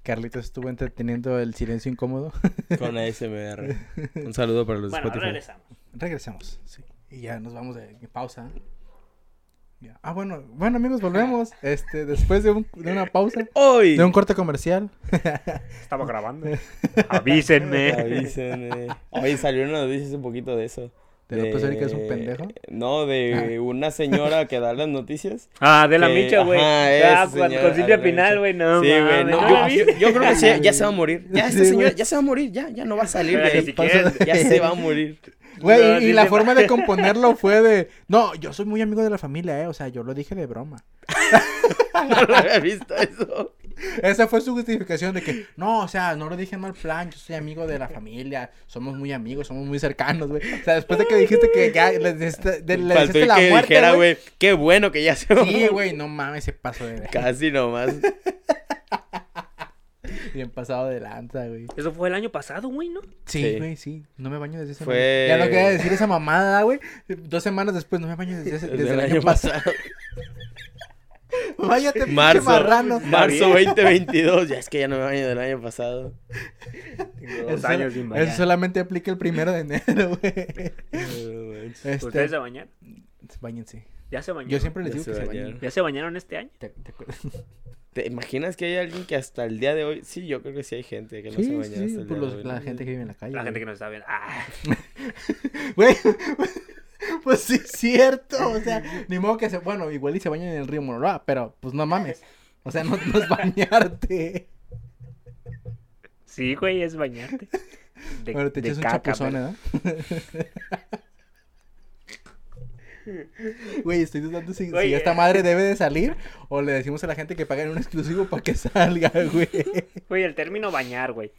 [SPEAKER 1] Carlitos estuvo entreteniendo el silencio incómodo.
[SPEAKER 2] Con ASMR. Un saludo para los de
[SPEAKER 4] Bueno,
[SPEAKER 2] Spotify.
[SPEAKER 4] regresamos.
[SPEAKER 1] Regresamos, sí. Y ya nos vamos de de pausa. Ya. Ah, bueno, bueno amigos, volvemos. Este, después de, un- de una pausa,
[SPEAKER 2] Hoy.
[SPEAKER 1] de un corte comercial.
[SPEAKER 4] Estaba grabando. Avísenme.
[SPEAKER 2] Avísenme. Hoy salió una noticia hace poquito de eso.
[SPEAKER 1] ¿De López Obrador,
[SPEAKER 2] Eh,
[SPEAKER 1] que es un pendejo? Ah.
[SPEAKER 2] No, de una señora que da las noticias.
[SPEAKER 4] Ah, de la
[SPEAKER 2] que-
[SPEAKER 4] micha, güey.
[SPEAKER 2] ajá,
[SPEAKER 4] Ah,
[SPEAKER 2] esa
[SPEAKER 4] con,
[SPEAKER 2] señora,
[SPEAKER 4] con Silvia
[SPEAKER 2] la
[SPEAKER 4] Pinal,
[SPEAKER 2] Micha.
[SPEAKER 4] güey. No,
[SPEAKER 2] sí, güey.
[SPEAKER 4] mames,
[SPEAKER 2] No,
[SPEAKER 4] ¿no la
[SPEAKER 2] yo,
[SPEAKER 4] viste?
[SPEAKER 2] yo creo que sí, ya se va a morir. Ya esta
[SPEAKER 1] Sí,
[SPEAKER 2] señora
[SPEAKER 1] güey.
[SPEAKER 2] ya se va a morir. Ya, ya no va a salir de
[SPEAKER 4] Ni
[SPEAKER 2] ahí.
[SPEAKER 4] siquiera-
[SPEAKER 2] Ya se va a morir.
[SPEAKER 1] Güey,
[SPEAKER 4] No,
[SPEAKER 1] y,
[SPEAKER 4] sí
[SPEAKER 1] la
[SPEAKER 4] se
[SPEAKER 1] forma de componerlo fue de... No, yo soy muy amigo de la familia, eh. O sea, yo lo dije de broma.
[SPEAKER 2] No lo había visto eso.
[SPEAKER 1] Esa fue su justificación de que, no, o sea, no lo dije en mal plan, yo soy amigo de la familia, somos muy amigos, somos muy cercanos, güey. O sea, después de que dijiste que ya le deseaste, de- le
[SPEAKER 2] Faltó
[SPEAKER 1] deseaste
[SPEAKER 2] el
[SPEAKER 1] la
[SPEAKER 2] que
[SPEAKER 1] muerte,
[SPEAKER 2] dijera,
[SPEAKER 1] güey.
[SPEAKER 2] güey, qué bueno que ya se va a
[SPEAKER 1] Sí,
[SPEAKER 2] morir.
[SPEAKER 1] güey, no mames, se pasó de
[SPEAKER 2] Casi nomás.
[SPEAKER 1] bien pasado de lanza, güey.
[SPEAKER 4] Eso fue el año pasado, güey, ¿no?
[SPEAKER 1] Sí,
[SPEAKER 2] Sí.
[SPEAKER 1] güey, sí, no me baño desde ese momento.
[SPEAKER 2] Fue-
[SPEAKER 1] Ya no quería decir esa mamada, güey. Dos semanas después, no me baño desde, ese-
[SPEAKER 2] Desde,
[SPEAKER 1] desde el año pasado. Váyate, pinche
[SPEAKER 2] Marzo.
[SPEAKER 1] marrano.
[SPEAKER 2] Marzo 2022. Ya es que ya no me baño del año pasado.
[SPEAKER 4] Tengo
[SPEAKER 1] Eso,
[SPEAKER 4] dos años sin
[SPEAKER 1] eso
[SPEAKER 4] bañar.
[SPEAKER 1] solamente aplica el primero de enero, güey.
[SPEAKER 4] ¿Ustedes se
[SPEAKER 1] Este,
[SPEAKER 4] bañaron?
[SPEAKER 1] bañense.
[SPEAKER 4] Ya se bañaron.
[SPEAKER 1] Yo siempre les
[SPEAKER 2] Ya
[SPEAKER 1] digo
[SPEAKER 2] se
[SPEAKER 1] que se
[SPEAKER 2] bañaron.
[SPEAKER 1] bañen.
[SPEAKER 4] ¿Ya se bañaron este año?
[SPEAKER 1] ¿Te- te acuerdas?
[SPEAKER 2] ¿Te imaginas que hay alguien que hasta el día de hoy? Sí, yo creo que sí hay gente que no se
[SPEAKER 1] Sí,
[SPEAKER 2] baña hasta
[SPEAKER 1] sí, por
[SPEAKER 2] el día
[SPEAKER 1] los-
[SPEAKER 2] de hoy.
[SPEAKER 1] la
[SPEAKER 2] ¿no?
[SPEAKER 1] gente que vive en la calle.
[SPEAKER 4] La
[SPEAKER 1] güey.
[SPEAKER 4] gente que nos está viendo. Ah,
[SPEAKER 1] Güey, pues sí es cierto, o sea, ni modo que se, bueno, igual y se bañan en el río Monorá, pero pues no mames. O sea, no, no es bañarte.
[SPEAKER 4] sí, güey, es bañarte. De,
[SPEAKER 1] Bueno, te
[SPEAKER 4] de
[SPEAKER 1] echas un
[SPEAKER 4] caca,
[SPEAKER 1] chapuzón, ¿eh?
[SPEAKER 4] pero-
[SPEAKER 1] ¿verdad? Güey, estoy dudando si, si
[SPEAKER 4] Güey,
[SPEAKER 1] esta
[SPEAKER 4] eh.
[SPEAKER 1] madre debe de salir o le decimos a la gente que paguen un exclusivo para que salga, güey.
[SPEAKER 2] ¿eh?
[SPEAKER 4] Güey, el término bañar, güey.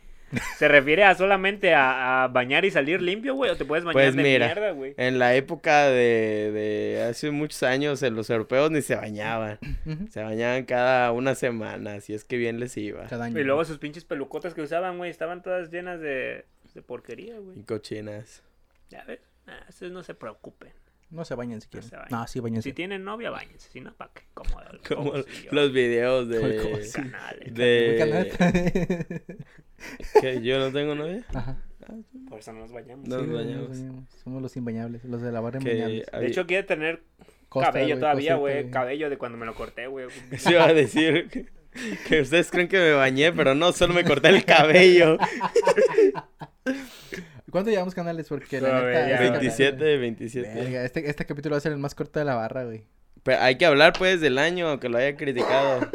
[SPEAKER 4] ¿Se refiere a solamente a, a bañar y salir limpio, güey? ¿O te puedes bañar
[SPEAKER 2] Pues
[SPEAKER 4] de
[SPEAKER 2] mira.
[SPEAKER 4] mierda, güey?
[SPEAKER 2] En la época de, de hace muchos años, en los europeos ni se bañaban.
[SPEAKER 1] Ujú.
[SPEAKER 2] Se bañaban cada una semana, si es que bien les iba.
[SPEAKER 1] Cada año.
[SPEAKER 4] Y luego sus pinches pelucotas que usaban, güey, estaban todas llenas de, de porquería,
[SPEAKER 2] Y
[SPEAKER 4] güey.
[SPEAKER 2] cochinas.
[SPEAKER 4] Ya ves, ah, ustedes no se preocupen.
[SPEAKER 1] No se bañen si
[SPEAKER 4] No
[SPEAKER 1] quieren.
[SPEAKER 4] se bañen.
[SPEAKER 1] No, sí, bañense.
[SPEAKER 4] Si tienen novia, bañense. Si no, ¿para qué? Como,
[SPEAKER 2] Como
[SPEAKER 4] como si yo,
[SPEAKER 2] los videos de...
[SPEAKER 1] Como si- Güey,
[SPEAKER 4] canales.
[SPEAKER 2] de...
[SPEAKER 1] canasta.
[SPEAKER 2] ¿Que yo no tengo novia?
[SPEAKER 1] Ajá.
[SPEAKER 4] Por eso no nos bañamos.
[SPEAKER 2] No. nos
[SPEAKER 1] Sí, güey,
[SPEAKER 2] bañamos.
[SPEAKER 1] Somos los imbañables, los de la barra
[SPEAKER 2] Que
[SPEAKER 1] imbañables.
[SPEAKER 4] De hecho, quiere tener
[SPEAKER 1] Costa,
[SPEAKER 4] cabello
[SPEAKER 1] güey,
[SPEAKER 4] todavía,
[SPEAKER 1] cosita,
[SPEAKER 4] güey. Cabello de cuando me lo corté, güey.
[SPEAKER 2] Yo iba a decir que- que ustedes creen que me bañé, pero no, solo me corté el cabello.
[SPEAKER 1] ¿Cuánto llevamos canales? Porque
[SPEAKER 4] No,
[SPEAKER 1] la
[SPEAKER 4] güey,
[SPEAKER 1] neta...
[SPEAKER 4] ya,
[SPEAKER 1] este
[SPEAKER 2] 27,
[SPEAKER 1] capítulo-
[SPEAKER 2] 27.
[SPEAKER 1] Verga, este, este capítulo va a ser el más corto de la barra, güey.
[SPEAKER 2] Pero hay que hablar pues del año, aunque lo haya criticado.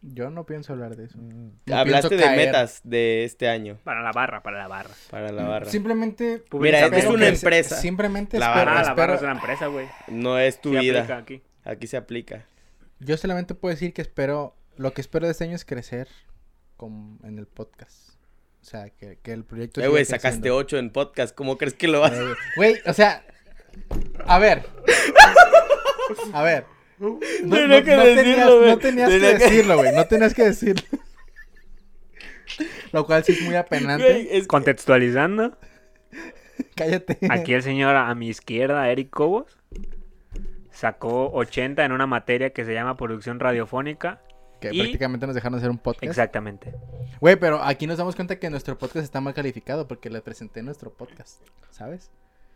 [SPEAKER 1] Yo no pienso hablar de eso. No
[SPEAKER 2] Mm. Hablaste
[SPEAKER 1] pienso
[SPEAKER 2] de
[SPEAKER 1] caer.
[SPEAKER 2] metas de este año
[SPEAKER 4] Para la barra, para la barra.
[SPEAKER 2] para
[SPEAKER 1] Mm,
[SPEAKER 2] la barra.
[SPEAKER 1] Simplemente...
[SPEAKER 2] Mira,
[SPEAKER 1] espero
[SPEAKER 2] Eh, es una
[SPEAKER 1] que-
[SPEAKER 2] empresa.
[SPEAKER 1] Simplemente
[SPEAKER 2] La
[SPEAKER 1] espero-
[SPEAKER 2] barra,
[SPEAKER 4] Ah, la barra es
[SPEAKER 1] espero-
[SPEAKER 4] una empresa, güey.
[SPEAKER 2] No es tu
[SPEAKER 4] Se aplica
[SPEAKER 2] vida.
[SPEAKER 4] aquí.
[SPEAKER 2] Aquí se aplica. Eh,
[SPEAKER 1] Yo solamente puedo decir que espero... Lo que espero de este año es crecer con, en el podcast. O sea, que, que el proyecto...
[SPEAKER 2] Eh,
[SPEAKER 1] siga
[SPEAKER 2] güey, sacaste
[SPEAKER 1] creciendo.
[SPEAKER 2] 8 en podcast. ¿Cómo crees que lo vas
[SPEAKER 1] Eh, Güey, o sea, a ver. A ver. No, no-
[SPEAKER 2] Tenía que
[SPEAKER 1] no tenías,
[SPEAKER 2] decirlo, güey.
[SPEAKER 1] no tenías que
[SPEAKER 2] Tenía que-
[SPEAKER 1] decirlo, güey. No tenías que decirlo. Lo cual sí es muy
[SPEAKER 2] Güey,
[SPEAKER 1] apenante.
[SPEAKER 2] es que-
[SPEAKER 4] Contextualizando,
[SPEAKER 1] Cállate.
[SPEAKER 4] aquí el señor a mi izquierda, Eric Cobos, sacó 80 en una materia que se llama producción radiofónica.
[SPEAKER 1] Que
[SPEAKER 4] y-
[SPEAKER 1] prácticamente nos dejaron hacer un podcast.
[SPEAKER 4] Exactamente.
[SPEAKER 1] Güey, pero aquí nos damos cuenta que nuestro podcast está mal calificado porque le presenté nuestro podcast, ¿sabes?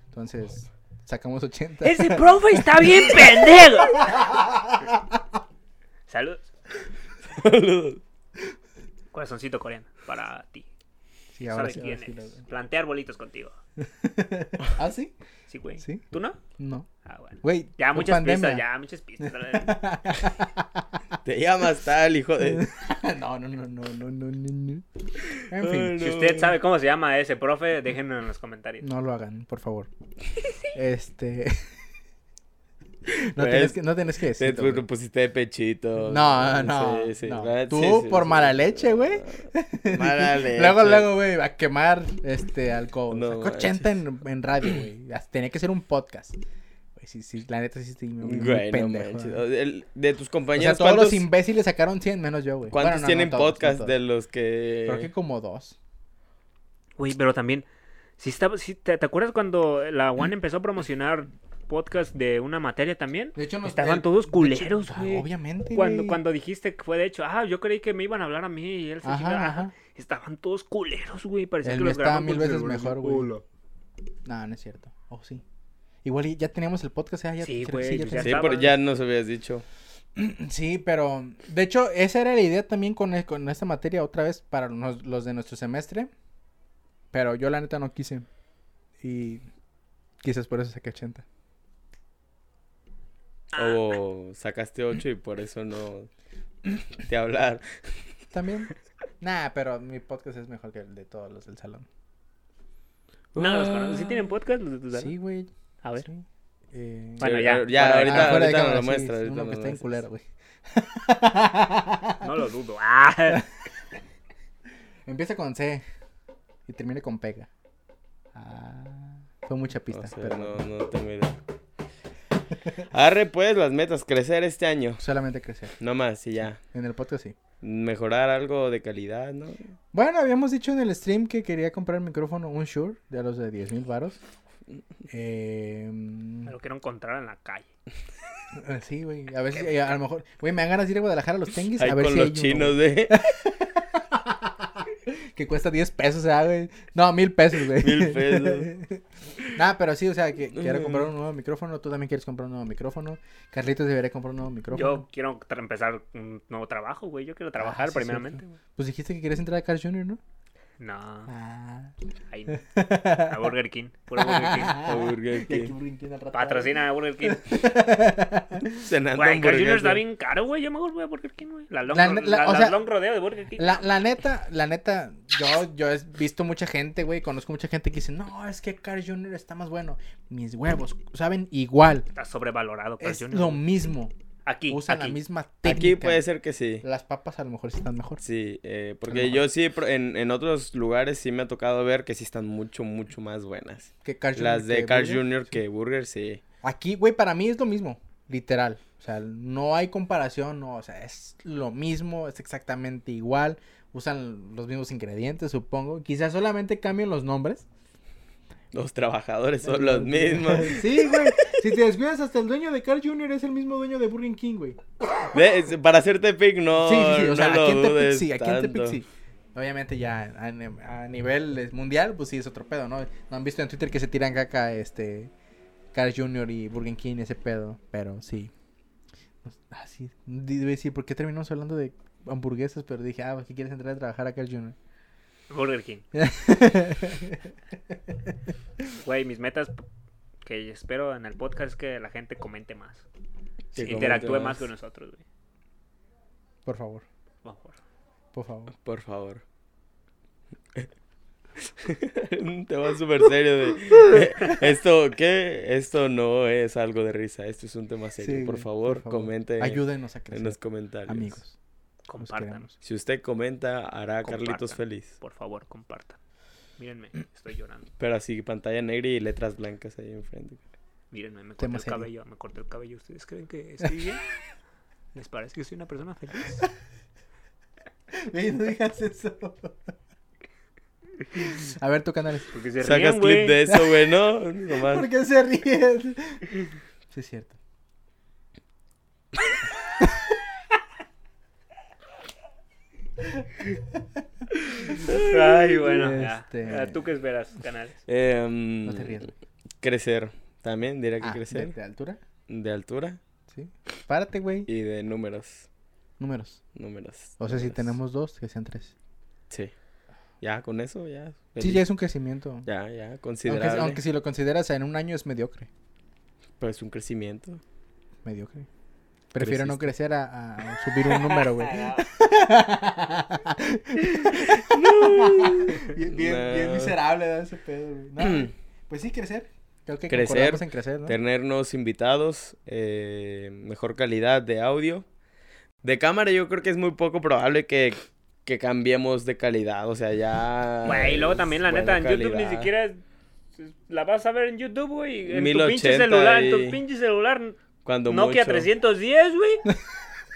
[SPEAKER 1] Entonces, sacamos 80.
[SPEAKER 5] Ese profe está bien pendejo.
[SPEAKER 4] Salud. Corazoncito coreano, para ti.
[SPEAKER 1] Sí, ahora
[SPEAKER 4] ¿Sabes
[SPEAKER 1] sí,
[SPEAKER 4] quién
[SPEAKER 1] ahora sí
[SPEAKER 4] eres?
[SPEAKER 1] lo-
[SPEAKER 4] Plantear bolitos contigo.
[SPEAKER 1] ¿Ah, sí?
[SPEAKER 4] Sí, güey.
[SPEAKER 1] ¿Sí?
[SPEAKER 4] ¿Tú no?
[SPEAKER 1] No.
[SPEAKER 4] Ah, bueno.
[SPEAKER 1] Güey,
[SPEAKER 4] Ya
[SPEAKER 1] fue
[SPEAKER 4] muchas
[SPEAKER 1] pandemia.
[SPEAKER 4] pistas, ya muchas pistas. la-
[SPEAKER 2] Te llamas tal, hijo de.
[SPEAKER 1] no, no, no, no, no, no, no, no. En
[SPEAKER 2] Ay,
[SPEAKER 1] fin,
[SPEAKER 4] Si
[SPEAKER 2] no.
[SPEAKER 4] usted sabe cómo se llama ese profe, déjenlo en los comentarios.
[SPEAKER 1] no lo hagan, por favor. Este. No,
[SPEAKER 2] Pues,
[SPEAKER 1] tienes que, no tenés que
[SPEAKER 2] Te
[SPEAKER 1] decir.
[SPEAKER 2] te pusiste de pechito.
[SPEAKER 1] No,
[SPEAKER 2] Ah,
[SPEAKER 1] no, no.
[SPEAKER 2] la neta,
[SPEAKER 1] Tú, por mala leche, güey.
[SPEAKER 2] Mala leche.
[SPEAKER 1] Luego, luego, güey, a quemar este alcohol.
[SPEAKER 2] pues. No
[SPEAKER 1] Sacó 80 en, en radio, güey. As- Tenía que ser un podcast. Güey, güey. Sí, sí, la neta sí estoy muy, muy
[SPEAKER 2] Güey, no
[SPEAKER 1] pendejo.
[SPEAKER 2] manches.
[SPEAKER 1] güey.
[SPEAKER 2] O- el- de tus
[SPEAKER 1] O
[SPEAKER 2] compañeros,
[SPEAKER 1] sea, todos
[SPEAKER 2] ¿cuántos,
[SPEAKER 1] los imbéciles sacaron 100 menos yo, güey.
[SPEAKER 2] cuántos
[SPEAKER 1] Bueno, no, no
[SPEAKER 2] tienen
[SPEAKER 1] todos, no
[SPEAKER 2] podcast
[SPEAKER 1] todos.
[SPEAKER 2] de los que...
[SPEAKER 1] Creo que como dos.
[SPEAKER 4] Güey, pero también, si estaba, si te, ¿te acuerdas cuando la One empezó a promocionar podcast de una materia también?
[SPEAKER 1] De hecho, nos
[SPEAKER 4] Estaban
[SPEAKER 1] el-
[SPEAKER 4] todos culeros,
[SPEAKER 1] Ah,
[SPEAKER 4] güey.
[SPEAKER 1] obviamente,
[SPEAKER 4] Cuando,
[SPEAKER 1] güey.
[SPEAKER 4] cuando dijiste que fue de hecho, ah, yo creí que me iban a hablar a mí y él se
[SPEAKER 1] Ajá,
[SPEAKER 4] chingaba,
[SPEAKER 1] ajá.
[SPEAKER 4] Estaban todos culeros, güey. Parecía
[SPEAKER 1] El
[SPEAKER 4] que
[SPEAKER 1] mío
[SPEAKER 4] los
[SPEAKER 1] estaba
[SPEAKER 4] grababan
[SPEAKER 1] mil
[SPEAKER 4] con
[SPEAKER 1] veces
[SPEAKER 4] celular en
[SPEAKER 1] mejor,
[SPEAKER 4] el
[SPEAKER 1] güey.
[SPEAKER 4] culo.
[SPEAKER 1] No, no es cierto. Oh, sí. Igual y ya teníamos el podcast, ¿eh? ya,
[SPEAKER 4] Sí,
[SPEAKER 1] creo que
[SPEAKER 4] güey,
[SPEAKER 1] ya
[SPEAKER 4] pues
[SPEAKER 1] teníamos-
[SPEAKER 2] Sí,
[SPEAKER 4] estaban.
[SPEAKER 2] pero ya nos habías dicho.
[SPEAKER 1] Sí, pero de hecho esa era la idea también con, el- con esta materia otra vez para nos- los de nuestro semestre. Pero yo la neta no quise. Y quizás por eso saqué 80. Ah.
[SPEAKER 2] O sacaste 8 y por eso no te hablar.
[SPEAKER 1] También. nah, pero mi podcast es mejor que el de todos los del salón.
[SPEAKER 4] No, los conozco. ¿Sí tienen podcast? Los de tus
[SPEAKER 1] Ah. Sí, güey.
[SPEAKER 4] A ver.
[SPEAKER 1] sí. Eh,
[SPEAKER 4] Bueno,
[SPEAKER 2] Sí,
[SPEAKER 4] ya,
[SPEAKER 2] pero
[SPEAKER 4] fuera de-
[SPEAKER 1] ah, fuera
[SPEAKER 2] ahorita,
[SPEAKER 1] de
[SPEAKER 2] ahorita nos
[SPEAKER 1] cámara,
[SPEAKER 2] lo
[SPEAKER 1] sí, es
[SPEAKER 2] muestra. ahorita
[SPEAKER 1] uno
[SPEAKER 2] nos
[SPEAKER 1] que
[SPEAKER 2] lo
[SPEAKER 1] está en
[SPEAKER 2] muestras.
[SPEAKER 1] culero, güey.
[SPEAKER 4] No lo dudo. Ah.
[SPEAKER 1] Empieza con C y termina con pega. Ah, fue mucha
[SPEAKER 2] No
[SPEAKER 1] pista,
[SPEAKER 2] sé,
[SPEAKER 1] pero
[SPEAKER 2] no, no tengo idea. Arre, pues, las metas. Crecer este año.
[SPEAKER 1] solamente crecer.
[SPEAKER 2] No más, y ya.
[SPEAKER 1] En el podcast sí.
[SPEAKER 2] Mejorar algo de calidad, ¿no?
[SPEAKER 1] Bueno, habíamos dicho en el stream que quería comprar el micrófono, un Shure, de los de 10 mil varos. Eh,
[SPEAKER 4] Me lo quiero encontrar en la calle.
[SPEAKER 1] sí, güey. A ver si, eh, a lo mejor, güey, me dan ganas de ir a Guadalajara a los tenguis
[SPEAKER 2] Ahí
[SPEAKER 1] a ver
[SPEAKER 2] con
[SPEAKER 1] si hay
[SPEAKER 2] los
[SPEAKER 1] uno,
[SPEAKER 2] chinos, de
[SPEAKER 1] güey, que cuesta 10 pesos, ¿ah, güey? No, mil pesos, güey.
[SPEAKER 2] Mil pesos. Mm.
[SPEAKER 1] Nah, pero sí, o sea, que quiero comprar un nuevo micrófono. Tú también quieres comprar un nuevo micrófono. Carlitos debería comprar un nuevo micrófono.
[SPEAKER 4] Yo quiero tra- empezar un nuevo trabajo, güey. Yo quiero trabajar
[SPEAKER 1] Ah, sí,
[SPEAKER 4] primeramente, güey.
[SPEAKER 1] Pues dijiste que querías entrar a Carl Jr., ¿no?
[SPEAKER 4] No,
[SPEAKER 1] Ah.
[SPEAKER 4] ahí no. A Burger King. Puro Burger King.
[SPEAKER 2] A Burger
[SPEAKER 1] Y Ah. aquí
[SPEAKER 2] King.
[SPEAKER 1] Burger King al rato.
[SPEAKER 4] Patrocina a Burger King.
[SPEAKER 2] Cenando
[SPEAKER 4] Güey, Carl Jr.
[SPEAKER 2] hamburguesa.
[SPEAKER 4] está bien caro, güey. Yo me voy a Burger King, güey. La long,
[SPEAKER 1] La
[SPEAKER 4] la,
[SPEAKER 1] ne- la- o
[SPEAKER 4] las
[SPEAKER 1] sea,
[SPEAKER 4] long rodeo de Burger King.
[SPEAKER 1] La, la neta, la neta, yo, yo he visto mucha gente, güey, conozco mucha gente que dice, no, es que Carl Jr. está más bueno. Mis huevos, saben, igual.
[SPEAKER 4] Está sobrevalorado Carl
[SPEAKER 1] Es
[SPEAKER 4] Jr.
[SPEAKER 1] lo
[SPEAKER 4] güey.
[SPEAKER 1] mismo.
[SPEAKER 4] Aquí,
[SPEAKER 1] Usan la
[SPEAKER 4] aquí.
[SPEAKER 1] misma técnica.
[SPEAKER 2] Aquí puede ser que sí.
[SPEAKER 1] Las papas a lo mejor sí están mejor.
[SPEAKER 2] Sí, eh,
[SPEAKER 1] A lo
[SPEAKER 2] porque
[SPEAKER 1] mejor.
[SPEAKER 2] yo sí, pro- en, en otros lugares sí me ha tocado ver que sí están mucho, mucho más buenas.
[SPEAKER 1] Que Carl Jr.
[SPEAKER 2] Las de
[SPEAKER 1] que
[SPEAKER 2] Carl
[SPEAKER 1] Burger.
[SPEAKER 2] Jr. que Burger, sí.
[SPEAKER 1] Aquí, güey, para mí es lo mismo, literal. O sea, no hay comparación, no, o sea, es lo mismo, es exactamente igual. Usan los mismos ingredientes, supongo. Quizás solamente cambien los nombres.
[SPEAKER 2] Los trabajadores son los mismos.
[SPEAKER 1] Sí, güey. Si te descuidas, hasta el dueño de Carl Jr. es el mismo dueño de Burger King, güey.
[SPEAKER 2] Ve, es- Para hacerte pick, no.
[SPEAKER 1] sí, sí, sí. O sea,
[SPEAKER 2] no lo
[SPEAKER 1] aquí en Tepic
[SPEAKER 2] dudes
[SPEAKER 1] sí, aquí en Tepic
[SPEAKER 2] tanto.
[SPEAKER 1] sí. Obviamente ya a, ni- a nivel eh, mundial, pues sí es otro pedo, ¿no? No han visto en Twitter que se tiran caca, este, Carl Jr. y Burger King, ese pedo, pero sí. Pues, Ah, sí. Di- Iba a decir, ¿por qué terminamos hablando de hamburguesas? Pero dije, ah, pues que quieres entrar a trabajar a Carl Jr.
[SPEAKER 4] Burger King. Güey, mis metas p- que espero en el podcast es que la gente comente más.
[SPEAKER 2] Que
[SPEAKER 4] interactúe
[SPEAKER 2] comente
[SPEAKER 4] más con nosotros, güey.
[SPEAKER 1] Por favor,
[SPEAKER 4] Por favor.
[SPEAKER 1] por favor.
[SPEAKER 2] Por favor. Un tema súper serio de eh, esto qué esto no es algo de risa esto es un tema serio
[SPEAKER 1] Sí,
[SPEAKER 2] por,
[SPEAKER 1] güey,
[SPEAKER 2] favor, comente
[SPEAKER 1] Ayúdenos a
[SPEAKER 2] en
[SPEAKER 1] crecer,
[SPEAKER 2] los comentarios
[SPEAKER 1] amigos. Los
[SPEAKER 4] Compártanos.
[SPEAKER 1] queremos.
[SPEAKER 2] si usted comenta hará a Carlitos
[SPEAKER 4] Compartan.
[SPEAKER 2] feliz
[SPEAKER 4] Por favor, compartan. Mírenme, estoy llorando.
[SPEAKER 2] pero así pantalla negra y letras blancas ahí enfrente
[SPEAKER 4] Mírenme, me corté
[SPEAKER 1] Tema
[SPEAKER 4] el
[SPEAKER 1] serio.
[SPEAKER 4] cabello, me corté el cabello. ¿Ustedes creen que estoy bien? ¿Les parece que soy una persona feliz?
[SPEAKER 1] Güey, no digas eso. A ver, tu canal.
[SPEAKER 4] Porque se
[SPEAKER 2] sacas clip
[SPEAKER 4] ríen, güey.
[SPEAKER 2] de eso güey no Nomás.
[SPEAKER 1] ¿Por qué se ríen? Sí, es cierto.
[SPEAKER 4] Ay, bueno, ya.
[SPEAKER 1] Este-
[SPEAKER 4] Ya, ¿Tú qué esperas, canales?
[SPEAKER 2] Em,
[SPEAKER 1] No te rías. güey.
[SPEAKER 2] crecer también dirá que
[SPEAKER 1] Ah,
[SPEAKER 2] crecer
[SPEAKER 1] De, de altura,
[SPEAKER 2] de altura
[SPEAKER 1] sí. Párate, güey.
[SPEAKER 2] y de números
[SPEAKER 1] Números.
[SPEAKER 2] números
[SPEAKER 1] O sea, si
[SPEAKER 2] números.
[SPEAKER 1] tenemos dos, que sean tres.
[SPEAKER 2] Sí. Ya, con eso, ya.
[SPEAKER 1] Sí,
[SPEAKER 2] feliz.
[SPEAKER 1] ya es un crecimiento.
[SPEAKER 2] Ya, ya,
[SPEAKER 1] Aunque,
[SPEAKER 2] considerable.
[SPEAKER 1] aunque si lo consideras en un año es mediocre.
[SPEAKER 2] Pero es un crecimiento.
[SPEAKER 1] Mediocre. Prefiero no crecer a, a subir un número, güey. bien, bien, bien
[SPEAKER 2] No. Mm.
[SPEAKER 1] miserable ¿no? ese pedo, güey. No, pues sí, crecer. Creo que
[SPEAKER 2] Crecer,
[SPEAKER 1] concordamos en crecer, ¿no?
[SPEAKER 2] Tener nuevos invitados, eh, mejor calidad de audio. De cámara yo creo que es muy poco probable que, que cambiemos de calidad, o sea, ya...
[SPEAKER 4] Güey, y luego también, la
[SPEAKER 2] es
[SPEAKER 4] neta, en
[SPEAKER 2] buena
[SPEAKER 4] YouTube ni
[SPEAKER 2] calidad.
[SPEAKER 4] siquiera es- pues, la vas a ver en YouTube, güey. En tu
[SPEAKER 2] 1080
[SPEAKER 4] pinche celular, en
[SPEAKER 2] y-
[SPEAKER 4] tu pinche celular.
[SPEAKER 2] Cuando
[SPEAKER 4] Nokia
[SPEAKER 2] mucho.
[SPEAKER 4] 310, güey.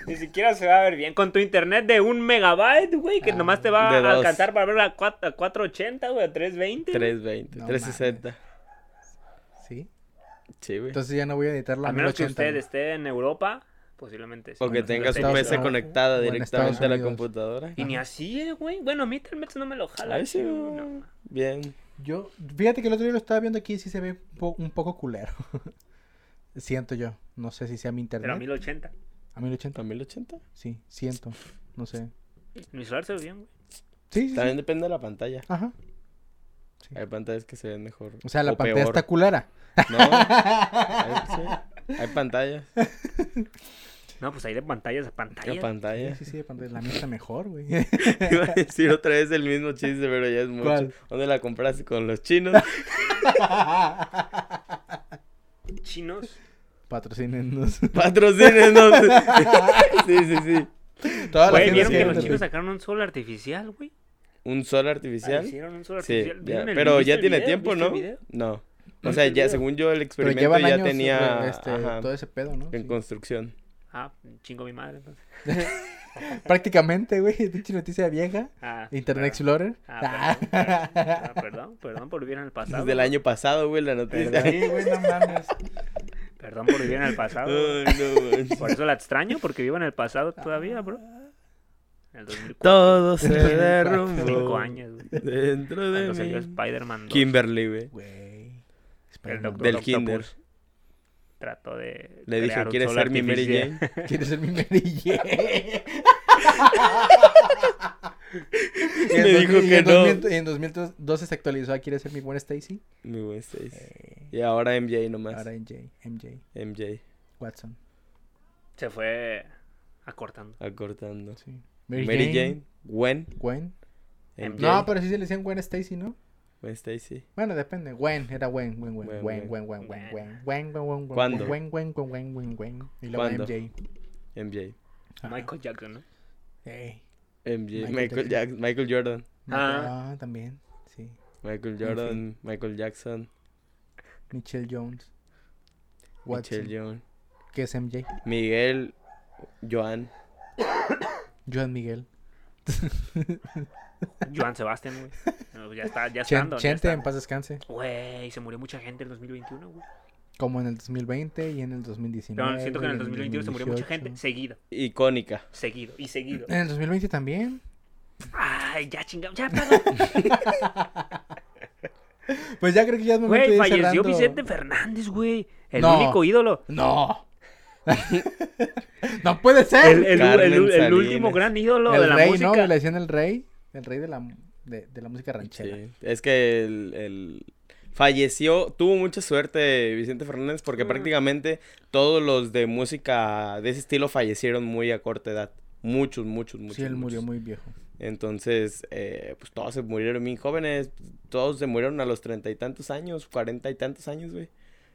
[SPEAKER 4] Ni siquiera se va a ver bien. Con tu internet de un megabyte, güey, que
[SPEAKER 1] Ah,
[SPEAKER 4] nomás te va
[SPEAKER 2] de
[SPEAKER 4] a
[SPEAKER 2] dos.
[SPEAKER 4] alcanzar para ver a, cuat- a 480, güey, a 320.
[SPEAKER 2] 320,
[SPEAKER 1] No
[SPEAKER 2] 360.
[SPEAKER 1] Sí.
[SPEAKER 2] Sí, güey.
[SPEAKER 1] Entonces ya no voy a editar la
[SPEAKER 4] a menos que
[SPEAKER 1] 1080.
[SPEAKER 4] usted esté en Europa, posiblemente sí.
[SPEAKER 2] O que
[SPEAKER 4] Bueno,
[SPEAKER 2] tenga
[SPEAKER 4] sí,
[SPEAKER 2] su
[SPEAKER 1] Estados
[SPEAKER 4] sí,
[SPEAKER 2] PC
[SPEAKER 4] sí.
[SPEAKER 1] Unidos.
[SPEAKER 2] conectada
[SPEAKER 1] O en
[SPEAKER 2] directamente a
[SPEAKER 1] Estados
[SPEAKER 2] la
[SPEAKER 1] Unidos.
[SPEAKER 2] computadora.
[SPEAKER 4] Y ni así, eh, güey. Bueno, a mí Telmex no me lo jala.
[SPEAKER 2] Ay, sí,
[SPEAKER 4] chido,
[SPEAKER 2] güey.
[SPEAKER 4] no.
[SPEAKER 2] Bien.
[SPEAKER 1] Yo, fíjate que el otro día lo estaba viendo aquí y sí se ve un, po- un poco culero. siento yo. No sé si sea mi internet.
[SPEAKER 4] Pero a 1080.
[SPEAKER 1] A 1080.
[SPEAKER 2] ¿A 1080?
[SPEAKER 1] Sí, siento. No sé.
[SPEAKER 4] Mi celular se ve bien, güey.
[SPEAKER 1] Sí, sí, sí.
[SPEAKER 2] También depende de la pantalla.
[SPEAKER 1] Ajá.
[SPEAKER 2] Hay pantallas que se ven mejor.
[SPEAKER 1] O sea, la pantalla
[SPEAKER 2] peor.
[SPEAKER 1] está culera.
[SPEAKER 2] No. Hay, sí, hay pantallas.
[SPEAKER 4] No, pues hay de pantallas a
[SPEAKER 2] Hay
[SPEAKER 4] pantallas.
[SPEAKER 1] Sí,
[SPEAKER 2] pantallas.
[SPEAKER 1] sí, sí, de pantalla. La mía está mejor, güey.
[SPEAKER 2] Iba a decir otra vez el mismo chiste, pero ya es mucho.
[SPEAKER 1] ¿Cuál?
[SPEAKER 2] ¿Dónde la compraste? ¿Con los chinos?
[SPEAKER 4] Chinos.
[SPEAKER 1] Patrocínenos.
[SPEAKER 2] Patrocínenos. sí, sí, sí.
[SPEAKER 1] Toda
[SPEAKER 4] Güey,
[SPEAKER 1] gente
[SPEAKER 4] ¿vieron que
[SPEAKER 1] sigue
[SPEAKER 4] los
[SPEAKER 1] en
[SPEAKER 4] chinos
[SPEAKER 1] el-
[SPEAKER 4] sacaron un sol artificial, güey?
[SPEAKER 2] ¿Un sol artificial?
[SPEAKER 4] Hicieron un sol
[SPEAKER 2] Sí,
[SPEAKER 4] artificial.
[SPEAKER 2] ya,
[SPEAKER 4] ¿Vieron el-
[SPEAKER 2] pero
[SPEAKER 4] viste
[SPEAKER 2] ya
[SPEAKER 4] el
[SPEAKER 2] tiene
[SPEAKER 4] video?
[SPEAKER 2] tiempo,
[SPEAKER 4] ¿Viste el
[SPEAKER 2] ¿no?
[SPEAKER 4] video?
[SPEAKER 2] No. O
[SPEAKER 4] ¿Viste
[SPEAKER 2] sea,
[SPEAKER 4] el
[SPEAKER 2] ya
[SPEAKER 4] video?
[SPEAKER 2] según yo el
[SPEAKER 1] Pero
[SPEAKER 2] experimento
[SPEAKER 1] llevan
[SPEAKER 2] ya
[SPEAKER 1] años
[SPEAKER 2] tenía
[SPEAKER 1] güey, este,
[SPEAKER 2] ajá,
[SPEAKER 1] todo ese pedo, ¿no?
[SPEAKER 2] en
[SPEAKER 1] Sí.
[SPEAKER 2] construcción.
[SPEAKER 4] Ah, chingo mi madre. entonces.
[SPEAKER 1] Prácticamente, güey, pinche noticia vieja.
[SPEAKER 4] Ah,
[SPEAKER 1] Internet
[SPEAKER 4] perdón.
[SPEAKER 1] Explorer.
[SPEAKER 4] Ah, perdón,
[SPEAKER 1] Ah.
[SPEAKER 4] perdón, ah, perdón, perdón por vivir en el pasado.
[SPEAKER 2] Desde el año pasado, güey, la noticia. Ay,
[SPEAKER 1] Sí, güey, no
[SPEAKER 4] Ah,
[SPEAKER 1] mames.
[SPEAKER 4] Perdón por vivir en el pasado. güey.
[SPEAKER 2] no, manches.
[SPEAKER 4] por eso la extraño, porque vivo en el pasado
[SPEAKER 1] Ah.
[SPEAKER 4] todavía, bro. En el 2004,
[SPEAKER 2] Todo se
[SPEAKER 4] cinco
[SPEAKER 2] derrumbó
[SPEAKER 4] años, güey.
[SPEAKER 2] dentro
[SPEAKER 4] Cuando salió
[SPEAKER 2] de mí.
[SPEAKER 4] Spider-Man 2,
[SPEAKER 2] Kimberly, güey.
[SPEAKER 1] Güey.
[SPEAKER 4] el
[SPEAKER 1] Espera,
[SPEAKER 4] doctor
[SPEAKER 2] Del
[SPEAKER 4] Octopus
[SPEAKER 2] kinder.
[SPEAKER 4] Trató de.
[SPEAKER 2] Le dijo,
[SPEAKER 4] crear un
[SPEAKER 2] ¿quieres
[SPEAKER 4] sol
[SPEAKER 2] ser mi Mary
[SPEAKER 4] artificial".
[SPEAKER 2] Jane?
[SPEAKER 1] ¿Quieres ser mi Mary Jane? Y en
[SPEAKER 2] Le dijo
[SPEAKER 1] 2000 y
[SPEAKER 2] que
[SPEAKER 1] en
[SPEAKER 2] no.
[SPEAKER 1] 2000 y en 2012 se actualizó a ¿Quieres ser mi buena Stacy?
[SPEAKER 2] Muy buen seis.
[SPEAKER 1] Eh,
[SPEAKER 2] Y ahora MJ nomás.
[SPEAKER 1] ahora MJ, MJ,
[SPEAKER 2] MJ,
[SPEAKER 1] Watson.
[SPEAKER 4] Se fue acortando.
[SPEAKER 2] acortando.
[SPEAKER 1] Sí.
[SPEAKER 2] Mary, Jane, Gwen,
[SPEAKER 1] Gwen.
[SPEAKER 2] MJ,
[SPEAKER 1] No, pero sí se le decían Gwen Stacy, ¿no?
[SPEAKER 2] Gwen Stacy.
[SPEAKER 1] Bueno, depende. Gwen, era Gwen, Gwen, Gwen,
[SPEAKER 2] Gwen,
[SPEAKER 1] Gwen, Gwen, Gwen,
[SPEAKER 2] Gwen.
[SPEAKER 1] Gwen, Gwen,
[SPEAKER 4] Gwen.
[SPEAKER 1] Gwen, Gwen, Gwen,
[SPEAKER 2] ¿Cuándo?
[SPEAKER 1] Gwen, Gwen, Gwen, Gwen, Gwen, Gwen. Y luego
[SPEAKER 2] ¿Cuándo?
[SPEAKER 1] MJ.
[SPEAKER 2] MJ.
[SPEAKER 1] Ajá.
[SPEAKER 4] Michael Jackson, ¿no?
[SPEAKER 1] Ah, Ey.
[SPEAKER 2] MJ.
[SPEAKER 1] Michael
[SPEAKER 2] Michael,
[SPEAKER 1] Jackson.
[SPEAKER 2] Jackson. Michael Jordan.
[SPEAKER 4] Ah.
[SPEAKER 1] Ah, también. Sí.
[SPEAKER 2] Michael
[SPEAKER 1] fin.
[SPEAKER 2] Jordan. Michael Jackson.
[SPEAKER 1] Michelle Jones. Watson,
[SPEAKER 2] Michelle Young.
[SPEAKER 1] que es MJ.
[SPEAKER 2] Miguel. Joan.
[SPEAKER 1] Joan Miguel.
[SPEAKER 4] Joan Sebastián, güey. No, pues ya está, ya está.
[SPEAKER 1] Chen-
[SPEAKER 4] andando, ya
[SPEAKER 1] Chente,
[SPEAKER 4] está.
[SPEAKER 1] en paz descanse.
[SPEAKER 4] Güey, se murió mucha gente en 2021, güey.
[SPEAKER 1] Como en el 2020 y en el 2019.
[SPEAKER 4] Pero siento que en el 2021 se murió mucha
[SPEAKER 1] 2018.
[SPEAKER 4] gente. Seguido,
[SPEAKER 2] Icónica.
[SPEAKER 4] seguido y seguido.
[SPEAKER 1] En el 2020 también.
[SPEAKER 4] Ay, ya chingado, ya perdón.
[SPEAKER 1] Pues ya creo que ya es momento de
[SPEAKER 4] Güey,
[SPEAKER 1] ir
[SPEAKER 4] falleció
[SPEAKER 1] cerrando.
[SPEAKER 4] Vicente Fernández, güey. El
[SPEAKER 1] No.
[SPEAKER 4] único ídolo.
[SPEAKER 1] No. no puede ser.
[SPEAKER 4] El, el-
[SPEAKER 2] Carmen
[SPEAKER 4] el- el
[SPEAKER 2] Salinas.
[SPEAKER 4] último gran ídolo
[SPEAKER 1] Eh, El
[SPEAKER 4] de la
[SPEAKER 1] rey, ¿no?
[SPEAKER 4] música.
[SPEAKER 1] Le decían el rey. El rey de la, de, de la música ranchera.
[SPEAKER 2] Sí. Es que el, el- Falleció, tuvo mucha suerte Vicente Fernández porque prácticamente todos los de música de ese estilo fallecieron muy a corta edad. Muchos, muchos, muchos.
[SPEAKER 1] Sí, él
[SPEAKER 2] muchos.
[SPEAKER 1] murió muy viejo.
[SPEAKER 2] Entonces, eh, pues todos se murieron bien jóvenes, todos se murieron a los treinta y tantos años, cuarenta y tantos años, güey.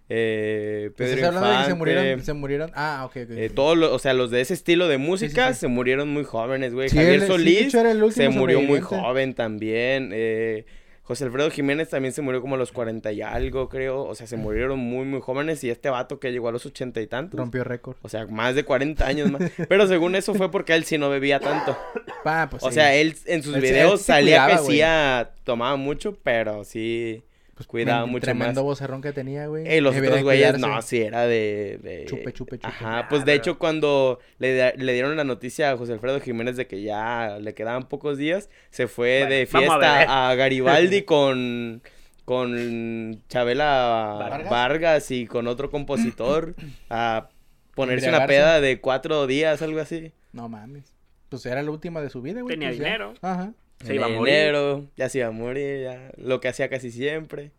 [SPEAKER 2] Eh, Pedro
[SPEAKER 1] ¿Estás Pues hablando de que se
[SPEAKER 2] Infante,
[SPEAKER 1] murieron, se murieron? Ah, ok, ok.
[SPEAKER 2] eh, todos los- o sea, los de ese estilo de música
[SPEAKER 1] sí.
[SPEAKER 2] se murieron muy jóvenes, güey.
[SPEAKER 1] Sí, él-
[SPEAKER 2] Javier
[SPEAKER 1] sí, de
[SPEAKER 2] Solís
[SPEAKER 1] hecho, era el
[SPEAKER 2] se
[SPEAKER 1] último
[SPEAKER 2] murió muy
[SPEAKER 1] sobreviviente.
[SPEAKER 2] joven también. eh, José Alfredo Jiménez también se murió como a los cuarenta y algo, creo. O sea, se murieron muy, muy jóvenes. Y este vato que llegó a los ochenta y tantos.
[SPEAKER 1] Rompió récord.
[SPEAKER 2] O sea, más de 40 años más. Pero según eso fue porque él sí no bebía tanto.
[SPEAKER 1] Pa, pues,
[SPEAKER 2] O
[SPEAKER 1] sí.
[SPEAKER 2] sea, él en sus
[SPEAKER 1] Él se- él
[SPEAKER 2] videos
[SPEAKER 1] se
[SPEAKER 2] salía
[SPEAKER 1] cuidaba,
[SPEAKER 2] que sí ah, tomaba mucho, pero sí
[SPEAKER 1] Pues,
[SPEAKER 2] cuidaba
[SPEAKER 1] men-
[SPEAKER 2] mucho
[SPEAKER 1] Tremendo
[SPEAKER 2] más.
[SPEAKER 1] vocerrón que tenía, güey.
[SPEAKER 2] Eh, los
[SPEAKER 1] Debería
[SPEAKER 2] otros güeyes,
[SPEAKER 1] cuidarse.
[SPEAKER 2] no, sí era de, de-
[SPEAKER 1] Chupe, chupe, chupe.
[SPEAKER 2] Ajá, pues de hecho cuando le, da- le dieron la noticia a José Alfredo Jiménez de que ya le quedaban pocos días, se fue
[SPEAKER 4] Bueno,
[SPEAKER 2] de
[SPEAKER 4] vamos a beber.
[SPEAKER 2] fiesta a, Garibaldi con con Chabela
[SPEAKER 1] ¿Vargas?
[SPEAKER 2] Vargas, y con otro compositor a ponerse una
[SPEAKER 1] Embriagarse.
[SPEAKER 2] peda de cuatro días, algo así.
[SPEAKER 1] No mames. Pues era la última de su vida, güey.
[SPEAKER 4] Tenía
[SPEAKER 1] pues, ya.
[SPEAKER 4] dinero.
[SPEAKER 1] Ajá.
[SPEAKER 4] Se iba a
[SPEAKER 2] En
[SPEAKER 4] morir.
[SPEAKER 2] enero, ya se iba a morir, ya, lo que hacía casi siempre.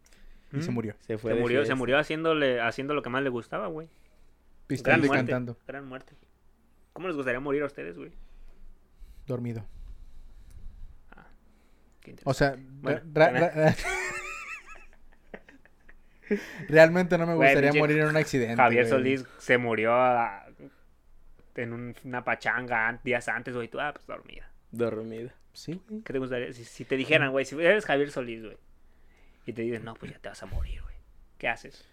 [SPEAKER 1] Y se
[SPEAKER 4] Mm.
[SPEAKER 1] murió.
[SPEAKER 2] Se fue
[SPEAKER 4] Se
[SPEAKER 2] de
[SPEAKER 4] murió, se
[SPEAKER 2] fiesta.
[SPEAKER 4] murió haciéndole, haciendo lo que más le gustaba, güey.
[SPEAKER 1] Pisteando
[SPEAKER 4] Gran
[SPEAKER 1] y
[SPEAKER 4] muerte.
[SPEAKER 1] cantando.
[SPEAKER 4] Gran muerte. ¿Cómo les gustaría morir a ustedes, güey?
[SPEAKER 1] Dormido.
[SPEAKER 4] Qué
[SPEAKER 1] O
[SPEAKER 4] interesante.
[SPEAKER 1] sea,
[SPEAKER 4] Bueno,
[SPEAKER 1] ra- ra- ra- realmente no me
[SPEAKER 4] Güey,
[SPEAKER 1] gustaría
[SPEAKER 4] pinche
[SPEAKER 1] morir en un accidente.
[SPEAKER 4] Javier
[SPEAKER 1] güey.
[SPEAKER 4] Solís se murió a- en un- una pachanga an- días antes, güey. Tú, ah, pues dormida.
[SPEAKER 2] Dormida.
[SPEAKER 1] Sí, güey.
[SPEAKER 4] ¿Qué te gustaría? Si, si te dijeran, güey, si eres Javier Solís, güey. Y te dicen, no, pues ya te vas a morir, güey. ¿Qué haces?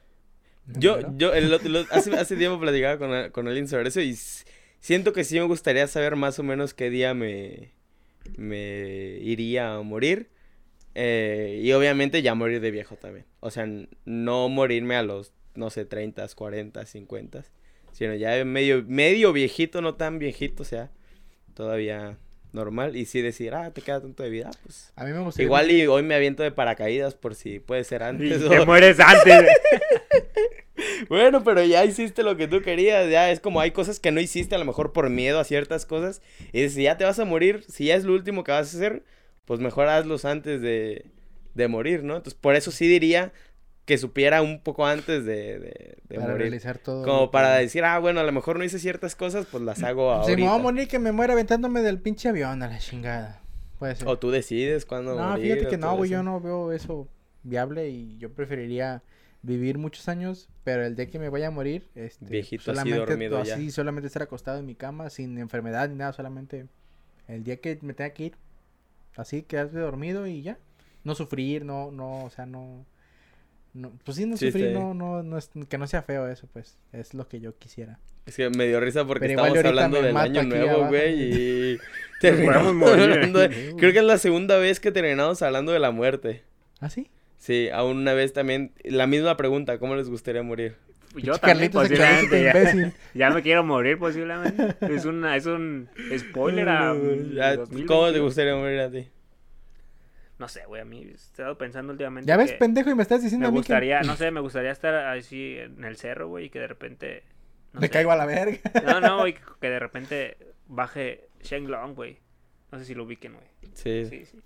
[SPEAKER 2] Yo, yo, el otro- lo- hace, hace tiempo platicaba con, con alguien sobre eso y s- siento que sí me gustaría saber más o menos qué día me, me iría a morir. Eh, y obviamente ya morir de viejo también. O sea, n- no morirme a los, no sé, 30, 40, 50. Sino ya medio, medio viejito, no tan viejito, o sea, todavía normal. Y sí decir, ah, te queda tanto de vida, pues.
[SPEAKER 1] A mí me gustaría.
[SPEAKER 2] Igual y hoy me aviento de paracaídas por si puede ser
[SPEAKER 4] Y
[SPEAKER 2] antes.
[SPEAKER 4] te
[SPEAKER 2] o-
[SPEAKER 4] mueres antes. güey.
[SPEAKER 2] bueno, pero ya hiciste lo que tú querías, ya es como hay cosas que no hiciste a lo mejor por miedo a ciertas cosas y si ya te vas a morir, si ya es lo último que vas a hacer, pues mejor hazlos antes de, de morir, ¿no? Entonces por eso sí diría que supiera un poco antes de, de- de
[SPEAKER 1] para
[SPEAKER 2] morir.
[SPEAKER 1] realizar todo. Mm,
[SPEAKER 2] Como para decir, ah, bueno, a lo mejor no hice ciertas cosas, pues las hago ahora.
[SPEAKER 1] Si me voy a morir, que me muera aventándome del pinche avión a la chingada. Puede ser.
[SPEAKER 2] O tú decides cuándo
[SPEAKER 1] No,
[SPEAKER 2] morir,
[SPEAKER 1] fíjate
[SPEAKER 2] o
[SPEAKER 1] que
[SPEAKER 2] todo
[SPEAKER 1] no, güey, yo
[SPEAKER 2] eso.
[SPEAKER 1] no veo eso viable y yo preferiría vivir muchos años, pero el día que me vaya a morir, este,
[SPEAKER 2] Viejito, así,
[SPEAKER 1] solamente
[SPEAKER 2] dormido
[SPEAKER 1] to-
[SPEAKER 2] ya.
[SPEAKER 1] así, solamente estar acostado en mi cama sin enfermedad ni nada, solamente el día que me tenga que ir, así quedarme dormido y ya, no sufrir, no, no, o sea, no, no pues sí, no
[SPEAKER 2] Sí,
[SPEAKER 1] sufrir,
[SPEAKER 2] sí.
[SPEAKER 1] no, no, no es- que no sea feo eso, pues, es lo que yo quisiera.
[SPEAKER 2] Es que me dio risa porque
[SPEAKER 1] Pero igual
[SPEAKER 2] estábamos
[SPEAKER 1] ahorita
[SPEAKER 2] hablando
[SPEAKER 1] me
[SPEAKER 2] del
[SPEAKER 1] mato
[SPEAKER 2] año
[SPEAKER 1] aquí
[SPEAKER 2] nuevo,
[SPEAKER 1] abajo.
[SPEAKER 2] güey, y
[SPEAKER 4] podemos
[SPEAKER 2] terminamos
[SPEAKER 4] morir.
[SPEAKER 2] hablando de- Creo que es la segunda vez que terminamos hablando de la muerte.
[SPEAKER 1] ¿Ah, sí?
[SPEAKER 2] Sí, aún una vez también, la misma pregunta, ¿cómo les gustaría morir?
[SPEAKER 4] Yo
[SPEAKER 1] Pinche
[SPEAKER 4] también,
[SPEAKER 1] Carlitos,
[SPEAKER 4] pues,
[SPEAKER 1] se quedó
[SPEAKER 4] posiblemente.
[SPEAKER 1] súper
[SPEAKER 4] Ya,
[SPEAKER 1] imbécil.
[SPEAKER 4] ya me quiero morir, posiblemente. Es, una, es un spoiler a.
[SPEAKER 2] Ya,
[SPEAKER 4] 2022.
[SPEAKER 2] Ah, ¿Cómo te gustaría morir a ti?
[SPEAKER 4] No sé, güey, a mí he estado pensando últimamente.
[SPEAKER 1] Ya ves,
[SPEAKER 4] que
[SPEAKER 1] pendejo, y me estás diciendo
[SPEAKER 4] Eh, Me
[SPEAKER 1] a mí
[SPEAKER 4] gustaría, no sé, me gustaría estar así en el cerro, güey, y que de repente.
[SPEAKER 1] que
[SPEAKER 4] no
[SPEAKER 1] me
[SPEAKER 4] sé.
[SPEAKER 1] caigo a la verga.
[SPEAKER 4] No, no, güey, que de repente baje Shenlong, güey. No sé si lo ubiquen, güey.
[SPEAKER 2] Sí,
[SPEAKER 4] Sí, sí.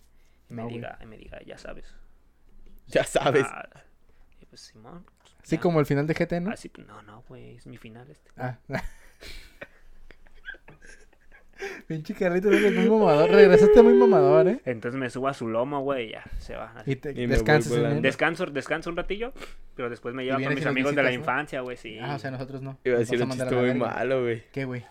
[SPEAKER 4] Y
[SPEAKER 1] No,
[SPEAKER 4] me
[SPEAKER 1] güey.
[SPEAKER 4] diga, y me diga, ya sabes.
[SPEAKER 2] ya sabes.
[SPEAKER 4] Ah, y pues Simón. pues,
[SPEAKER 1] Así
[SPEAKER 4] ya.
[SPEAKER 1] como el final de GT, ¿no?
[SPEAKER 4] Así, no, no, güey, es mi final este.
[SPEAKER 1] Ah. Pinche Carlitos, eres muy mamador. Regresaste muy mamador, ¿eh?
[SPEAKER 4] Entonces me subo a su lomo, güey, y ya, se va. así.
[SPEAKER 1] Y te
[SPEAKER 2] Y me
[SPEAKER 1] descansas
[SPEAKER 2] voy
[SPEAKER 1] en
[SPEAKER 2] volando.
[SPEAKER 1] él.
[SPEAKER 4] Descanso, descanso un ratillo, pero después me llevan con
[SPEAKER 1] vienes
[SPEAKER 4] mis
[SPEAKER 1] y nos
[SPEAKER 4] amigos de la
[SPEAKER 1] visitas, ¿no?
[SPEAKER 4] infancia, güey, sí.
[SPEAKER 1] Ah, o sea, nosotros no.
[SPEAKER 2] Iba a
[SPEAKER 1] Nos
[SPEAKER 2] decir
[SPEAKER 1] vas
[SPEAKER 2] un
[SPEAKER 1] mandar
[SPEAKER 2] chiste
[SPEAKER 1] la
[SPEAKER 2] muy
[SPEAKER 1] verga.
[SPEAKER 2] malo, güey.
[SPEAKER 1] ¿Qué, güey?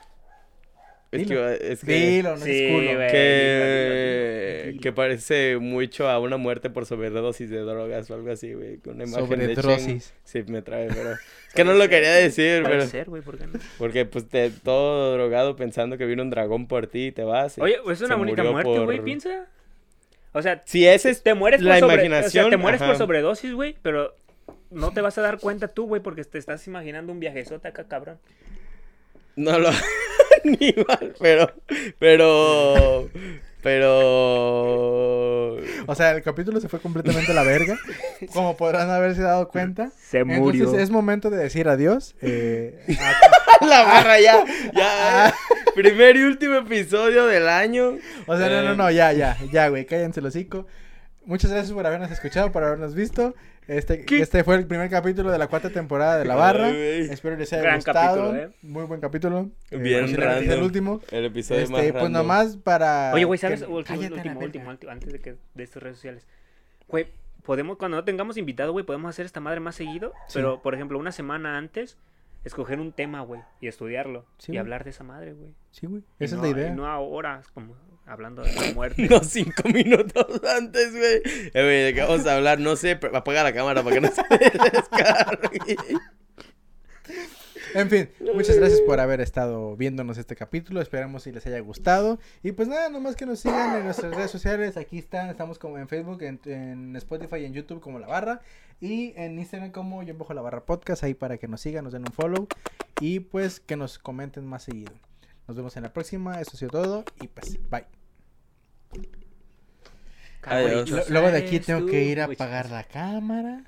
[SPEAKER 2] Es que,
[SPEAKER 1] Dilo.
[SPEAKER 2] iba- es que,
[SPEAKER 1] Dilo, no seas
[SPEAKER 4] Sí,
[SPEAKER 1] culo.
[SPEAKER 4] güey.
[SPEAKER 2] que,
[SPEAKER 4] dilo, dilo.
[SPEAKER 2] que parece mucho a una muerte por sobredosis de drogas o algo así, güey. con Una imagen de Chen.
[SPEAKER 1] Sobredosis.
[SPEAKER 2] Sí, me trae, pero... Es que no lo quería decir,
[SPEAKER 4] Puede
[SPEAKER 2] pero...
[SPEAKER 4] ser, güey, ¿por qué no?
[SPEAKER 2] Porque, pues, te, todo drogado pensando que vino un dragón por ti y te vas. y
[SPEAKER 4] Oye, pues, es una
[SPEAKER 2] se
[SPEAKER 4] bonita
[SPEAKER 2] murió
[SPEAKER 4] muerte, güey,
[SPEAKER 2] por-
[SPEAKER 4] piensa. O sea,
[SPEAKER 2] Si ese es este,
[SPEAKER 4] te mueres
[SPEAKER 2] la
[SPEAKER 4] por sobre-
[SPEAKER 2] imaginación,
[SPEAKER 4] o sea, te mueres por
[SPEAKER 2] ajá.
[SPEAKER 4] sobredosis, güey, pero no te vas a dar cuenta tú, güey, porque te estás imaginando un viajezote acá, cabrón.
[SPEAKER 2] No lo. Ni mal, pero. Pero. Pero.
[SPEAKER 1] O sea, el capítulo se fue completamente a la verga. Como podrán haberse dado cuenta.
[SPEAKER 4] Se
[SPEAKER 1] Entonces es momento de decir adiós. eh,
[SPEAKER 2] La barra ya. Ya. Primer y último episodio del año.
[SPEAKER 1] o sea, no, no,
[SPEAKER 2] Eh.
[SPEAKER 1] no, ya, ya, ya, güey. Cállense el hocico. Muchas gracias por habernos escuchado, por habernos visto. Este,
[SPEAKER 4] ¿Qué?
[SPEAKER 1] este fue el primer capítulo de la cuarta temporada de La Barra.
[SPEAKER 2] Ay, güey.
[SPEAKER 1] Espero les haya
[SPEAKER 4] Gran
[SPEAKER 1] gustado.
[SPEAKER 4] capítulo, ¿eh?
[SPEAKER 1] Muy buen capítulo. Eh,
[SPEAKER 2] Bien
[SPEAKER 1] posiblemente
[SPEAKER 2] random.
[SPEAKER 1] El último.
[SPEAKER 2] El episodio más.
[SPEAKER 1] Este, pues
[SPEAKER 2] random.
[SPEAKER 1] nomás para.
[SPEAKER 4] Oye, güey, ¿sabes?
[SPEAKER 1] que-
[SPEAKER 4] Último,
[SPEAKER 1] Cállate
[SPEAKER 4] último,
[SPEAKER 1] la
[SPEAKER 4] último,
[SPEAKER 1] verga.
[SPEAKER 4] último, antes de que de estas redes sociales. Güey, podemos, cuando no tengamos invitado, güey, podemos hacer esta madre más seguido.
[SPEAKER 1] Sí.
[SPEAKER 4] Pero, por ejemplo, una semana antes, escoger un tema, güey, y estudiarlo.
[SPEAKER 1] Sí,
[SPEAKER 4] y
[SPEAKER 1] güey.
[SPEAKER 4] hablar de esa madre, güey.
[SPEAKER 1] Sí, güey.
[SPEAKER 4] Y
[SPEAKER 1] Esa
[SPEAKER 4] no-
[SPEAKER 1] es la idea.
[SPEAKER 4] Y no ahora, es como hablando de la muerte.
[SPEAKER 2] No, cinco minutos antes, güey. Eh, güey, ¿de qué vamos a hablar? No sé, pero apaga la cámara para que no se descargue.
[SPEAKER 1] En fin, muchas gracias por haber estado viéndonos este capítulo. Esperamos si les haya gustado. Y pues nada, nomás que nos sigan en nuestras redes sociales. Aquí están, estamos como en Facebook, en, en Spotify y en YouTube como La Barra. Y en Instagram como Yo Bajo La Barra Podcast. Ahí para que nos sigan, nos den un follow. Y pues que nos comenten más seguido. Nos vemos en la próxima. Eso ha sido todo. Y pues, bye.
[SPEAKER 2] Adiós.
[SPEAKER 1] Lo-
[SPEAKER 4] Cabritos,
[SPEAKER 1] Luego de aquí
[SPEAKER 4] eres
[SPEAKER 1] tengo
[SPEAKER 4] tú,
[SPEAKER 1] que ir a
[SPEAKER 4] güey.
[SPEAKER 1] apagar la cámara.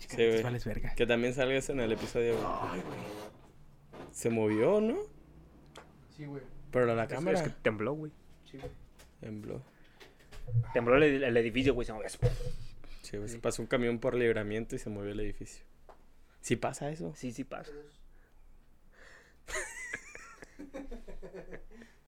[SPEAKER 2] Sí, güey.
[SPEAKER 1] Vales verga.
[SPEAKER 2] Que también salgas en el episodio, güey. Se movió, ¿no?
[SPEAKER 1] Sí, güey.
[SPEAKER 2] Pero la
[SPEAKER 4] Es-
[SPEAKER 2] cámara.
[SPEAKER 4] Es que tembló, güey.
[SPEAKER 2] En blue.
[SPEAKER 4] Tembló el, ed- el edificio, güey. se movió así.
[SPEAKER 2] Sí, güey, se pasó un camión por libramiento y se movió el edificio. Sí pasa eso.
[SPEAKER 4] Sí, sí pasa.